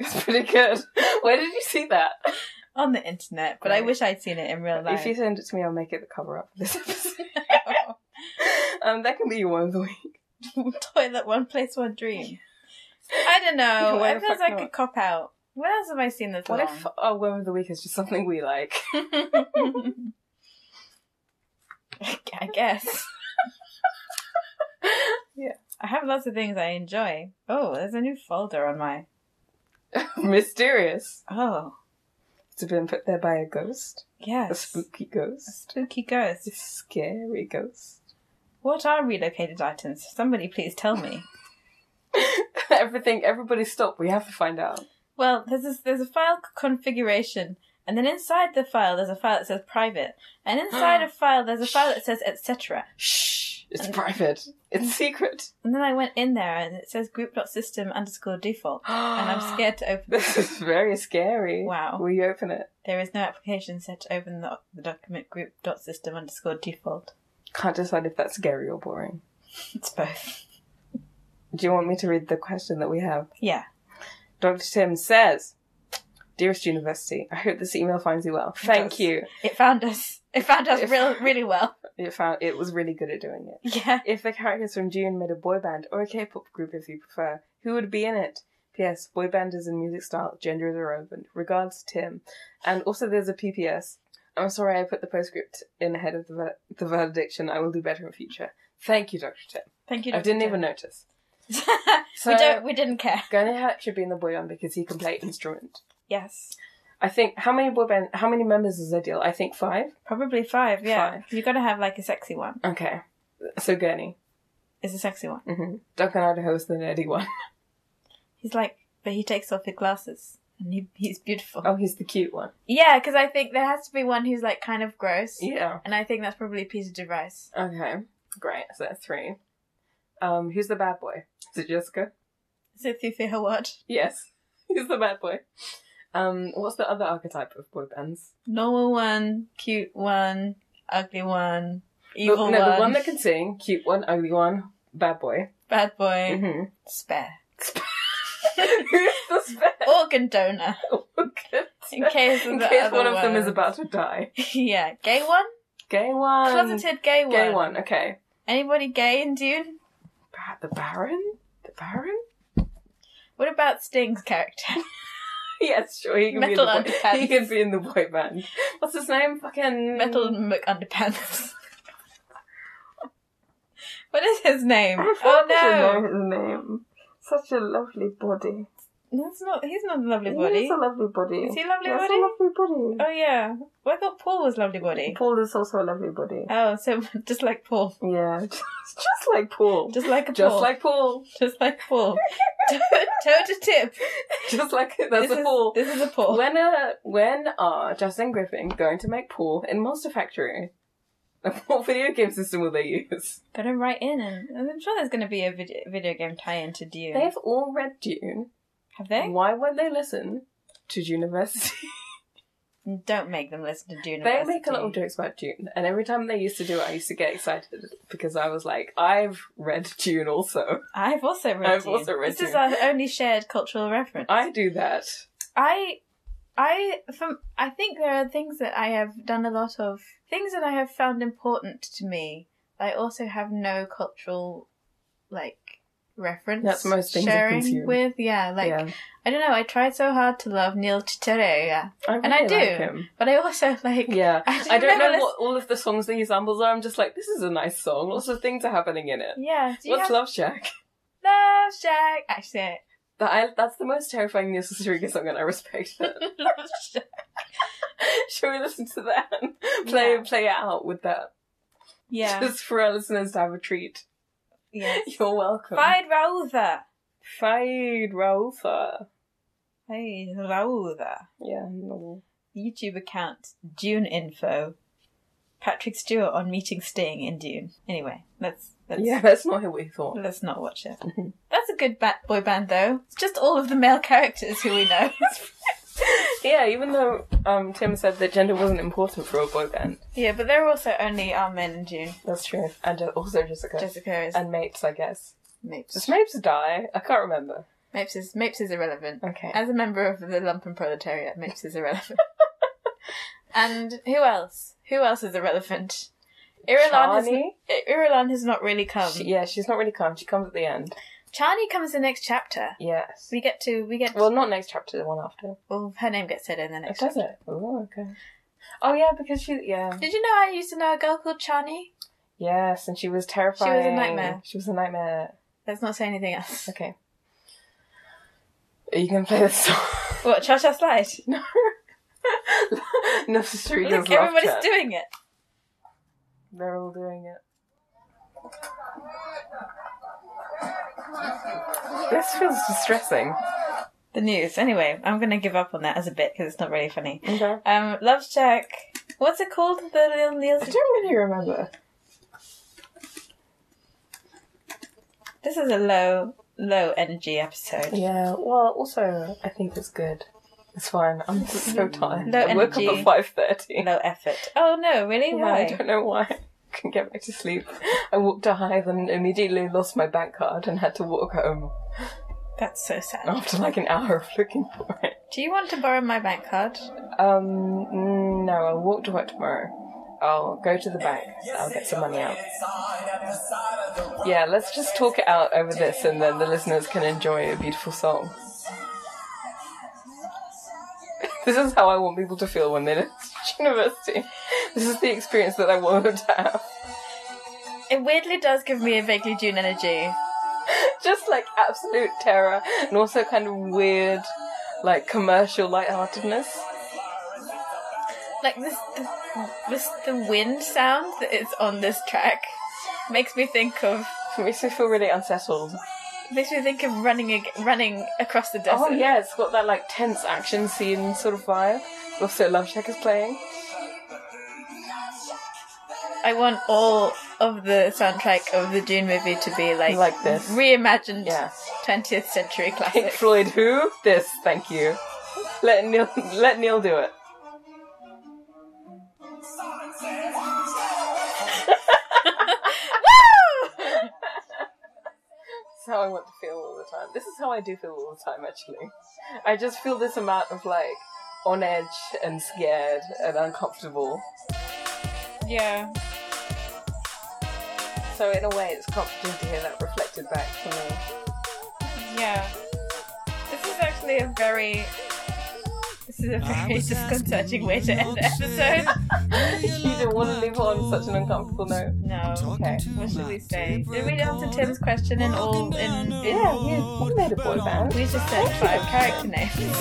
B: It's pretty good. Where did you see that?
C: on the internet. But I
B: Right.
C: wish I'd seen it in real life.
B: If you send it to me, I'll make it the cover up for this (laughs) episode. um, that can be your worm of the week.
C: (laughs) toilet, one place, one dream. I
B: (laughs)
C: don't know.
B: Why
C: it
B: the
C: feels
B: fuck
C: like a
B: not?
C: cop out. What else have I seen that's
B: What
C: long?
B: if our worm of the week is just something we like? (laughs)
C: (laughs) I guess. I have lots of things I enjoy. Oh, there's a new folder on my.
B: Mysterious.
C: Oh,
B: It's been put there by a ghost. A
C: yes.
B: spooky
C: A
B: ghost.
C: spooky
B: A
C: ghost.
B: scary ghost.
C: What are relocated items? Somebody please tell me.
B: (laughs) Everything, everybody stop. We have to find out.
C: Well, there's this, there's a file c- configuration, and then inside the file there's a file that says private, and inside a file there's a file that says etc.
B: Shh! It's private. It's secret. (laughs)
C: And then I went in there and it says group.system underscore default, and I'm scared to open.
B: This is very scary.
C: Wow.
B: Will you open it?
C: There is no application set to open the, the document group.system underscore default.
B: Can't decide if that's scary or boring.
C: It's both.
B: Do you want me to read the question that we have?
C: Yeah.
B: Dr. Tim says, Dearest University, I hope this email finds you well. Thank
C: does.
B: you.
C: It found us. It found us real, really well. (laughs)
B: It found it was really good at doing it.
C: Yeah.
B: If the characters from June made a boy band or a K-pop group, if you prefer, who would be in it? P.S. Boy band is in music style, gender is irrelevant. Regards, Tim. And also, there's a P.P.S. I'm sorry I put the postscript in ahead of the, ver- the valediction. I will do better in future. Thank you, Dr. Tim.
C: Thank you.
B: I
C: Dr.
B: didn't
C: Tim.
B: even notice.
C: (laughs) we
B: So-
C: don't. We didn't care.
B: Gernhardt should be in the boy band because he can play instrument.
C: Yes.
B: I think how many boy band how many members is ideal? I think five.
C: Probably five. Yeah.
B: Five.
C: You gotta have like a sexy one.
B: Okay. So Gurney.
C: It's a sexy one.
B: Mm-hmm. Duncan Idaho is the nerdy one. (laughs)
C: He's like, but he takes off his glasses and he, he's beautiful.
B: Oh, he's the cute one.
C: Yeah, because I think there has to be one who's like kind of gross.
B: Yeah.
C: And I think that's probably Peter DeVries.
B: Okay. Great. So that's three. Um, who's the bad boy? Is it Jessica?
C: Is it Thufir Hawad?
B: Yes. (laughs) He's the bad boy. Um, what's the other archetype of boy bands?
C: Normal one, cute one, ugly one, evil
B: the, no,
C: one,
B: the one that can sing, cute one, ugly one, bad boy.
C: bad boy,
B: Mm-hmm. (laughs)
C: spare.
B: who's the spare?
C: Organ donor. (laughs) In case, of
B: In
C: the
B: case
C: other
B: one of them is
C: ones.
B: about to die.
C: yeah, gay one?
B: Gay one.
C: Closeted gay one.
B: Um, Gay one. Okay.
C: Anybody gay in Dune?
B: Ba- The Baron. The Baron. (laughs)
C: What about Sting's character? (laughs)
B: Yes, sure. He can
C: Metal
B: be in the boy. (laughs)
C: underpants.
B: He can be in the boy band. What's his name? Fucking
C: Metal Mc Underpants. (laughs) what is his name?
B: I
C: Oh
B: forgot
C: no,
B: his name. Such a lovely body.
C: that's not. He's not a lovely
B: He
C: body.
B: is a lovely body.
C: Is he a lovely
B: Yes,
C: body?
B: a lovely body.
C: Oh yeah, well, I thought Paul was lovely body.
B: Paul is also a lovely body.
C: Oh, so (laughs) just like Paul,
B: yeah, (laughs) just, just like Paul.
C: just like a
B: Just
C: Paul,
B: like Paul. (laughs)
C: just like Paul. (laughs) toe toe to tip.
B: Just like that's
C: this
B: a
C: is,
B: Paul.
C: This is a Paul.
B: When uh, when are Justin Griffin going to make Paul in Monster Factory? (laughs) What video game system will they use?
C: Better write in, and and I'm sure there's going to be a video, video game tie-in to Dune.
B: They've all read Dune.
C: Have they?
B: Why won't they listen to University?
C: Don't make them listen to Dune.
B: They make a lot of jokes about Dune, and every time they used to do it, I used to get excited because I was like, I've read Dune also.
C: I've also read.
B: I've
C: Dune.
B: also read
C: This is
B: Dune.
C: our only shared cultural reference.
B: I do that.
C: I I from I think there are things that I have done a lot of things that I have found important to me. I also have no cultural like reference
B: That's most things I
C: sharing
B: consume.
C: with. Yeah, like
B: yeah.
C: I don't know, I tried so hard to love Neil Titerea,
B: I
C: and I
B: really
C: do.
B: like him.
C: but I also (laughs) like
B: Yeah.
C: I,
B: I don't know
C: lis-
B: what all of the songs that he sambles are. I'm just like, this is a nice song. Lots of things are happening in it.
C: Yeah, do you
B: What's
C: have
B: Love Shack?
C: Love Shack? Actually, (laughs)
B: That I, that's the most terrifying Neil Cicerega song, and I respect (laughs) it.
C: Love
B: (laughs)
C: Shack.
B: Shall we listen to that? play
C: Yeah.
B: play it out with that. (laughs)
C: Yeah,
B: Just for our listeners to have a treat. (laughs)
C: yeah.
B: You're welcome.
C: Find Raulda.
B: Fide Raulfa.
C: Hey, Raulda.
B: Yeah, no.
C: YouTube account Dune Info. Patrick Stewart on meeting Sting in Dune. Anyway, let's let's
B: Yeah, Mm-hmm. that's not who we thought.
C: let's not watch it. That's a good bat boy band though. It's just all of the male (laughs) characters who we know. (laughs)
B: Yeah, even though um, Tim said that gender wasn't important for a boy band.
C: yeah, but there are also only our men in Dune.
B: That's true. And uh, also Jessica.
C: Jessica is
B: and Mapes, I guess. Does
C: Mapes.
B: Mapes die? I can't remember.
C: Mapes is Mapes is irrelevant.
B: Okay.
C: As a member of the lumpen proletariat, Mapes is
B: (laughs)
C: irrelevant. and who else? Who else is irrelevant? Irulan has,
B: Charney?
C: Irulan has not really come.
B: She- yeah, she's not really calm. She comes at the end.
C: Charney comes the next chapter.
B: Yes.
C: We get to we get
B: Well, not next chapter, the one after.
C: well her name gets said in the next.
B: Does it? Oh, okay. Oh, yeah, because she. Yeah.
C: Did you know I used to know a girl called Chani?
B: Yes, and she was terrifying.
C: nightmare.
B: She was a nightmare.
C: Let's not say anything
B: (laughs)
C: else.
B: Okay. Are you gonna play this song? (laughs)
C: What, Cha Cha Slide? (laughs)
B: no. Enough Street
C: Look, everybody's doing it.
B: They're all doing it. This feels distressing.
C: The news. Anyway, I'm going to give up on that as a bit because it's not really funny.
B: Okay.
C: Um, Love Shack. What's it called? The little
B: I
C: Niels.
B: don't really remember.
C: This is a low, low energy episode.
B: Yeah, well, also, I think it's good. It's fine. I'm (laughs) just so tired.
C: Low
B: I woke up
C: energy.
B: at 5.30.
C: Low effort. Oh no, really?
B: (laughs) Yeah, I
C: Why?
B: don't know why. I couldn't get back to sleep. I walked to Hive and immediately lost my bank card and had to walk home
C: That's so sad.
B: after like an hour of looking for it.
C: Do you want to borrow my bank card?
B: Um, no, I'll walk to work tomorrow. I'll go to the bank. I'll get some money out. Yeah, let's just talk it out over this and then the listeners can enjoy a beautiful song. (laughs) This is how I want people to feel when they leave university. This is the experience that I want them to have. (laughs)
C: It weirdly does give me a vaguely June energy.
B: Just like absolute terror and also kind of weird, like commercial lightheartedness.
C: Like this, the, this the wind sound that is on this track makes me think of
B: It makes me feel really unsettled.
C: makes me think of running ag- running across the desert.
B: Oh yeah, it's got that like tense action scene sort of vibe. Also, Love Shack is playing.
C: I want all of the soundtrack of the June movie to be like
B: Like this.
C: reimagined
B: Yeah.
C: 20th century
B: Pink
C: classic.
B: Floyd, who? This, thank you. Let Neil, let Neil do it.
C: Woo!
B: That's how I want to feel all the time. This is how I do feel all the time, actually. I just feel this amount of like on edge and scared and uncomfortable.
C: Yeah.
B: So in a way, it's comforting to hear that reflected back to me.
C: Yeah. This is actually a very. This is a very disconcerting way to end the episode.
B: (laughs) you don't want to leave on such an uncomfortable note.
C: no.
B: Okay.
C: What should we say? Did we answer Tim's question in all in? in
B: Yeah, we, we made a boy band.
C: We just said five character names.
B: (laughs)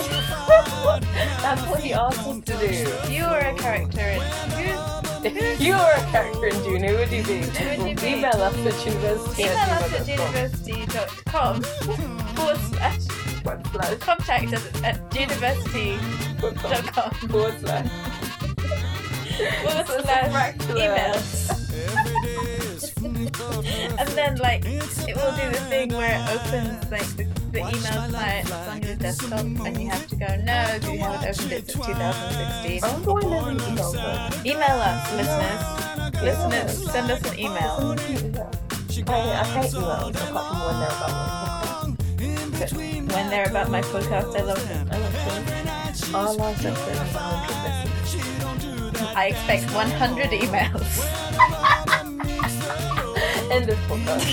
B: That's what he asked us to do.
C: You are a character in. Who's
B: If (laughs) you were a character in June, who would you be?
C: Who would you be?
B: Email us at university.
C: email us at
B: university.
C: university.com forward slash
B: Forward slash.
C: contact us at university.com
B: Forward slash. Forward slash.
C: forward slash emails. and then like it will do the thing where it opens like the, the email client on your desktop and you have to go no you haven't opened it since 2016
B: I wonder why nobody emails us.
C: email us listeners listeners send us an email
B: Someone can email. I, I hate emails, apart from when they're about
C: when they're about my podcast I love them
B: me. And I think our last episode has 100 listens.
C: I expect 100 emails
B: End of podcast.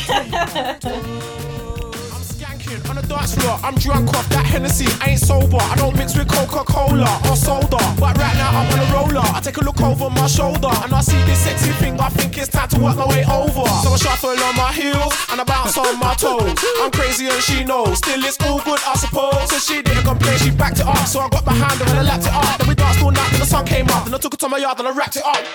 E: Skanking on a dance floor, I'm drunk off that Hennessy. I ain't sober. I don't mix with Coca Cola or soda. But right now I'm on a roller. I take a look over my shoulder and I see this sexy thing. I think it's time to work my way over. So I shuffle on my heels and I bounce on my toes. I'm crazy and she knows. Still, it's all good, I suppose. So she didn't complain, she backed it up. So I got behind her and I lapped it up. Then we danced all night till the sun came up. Then I took it to my yard and I wrapped it up.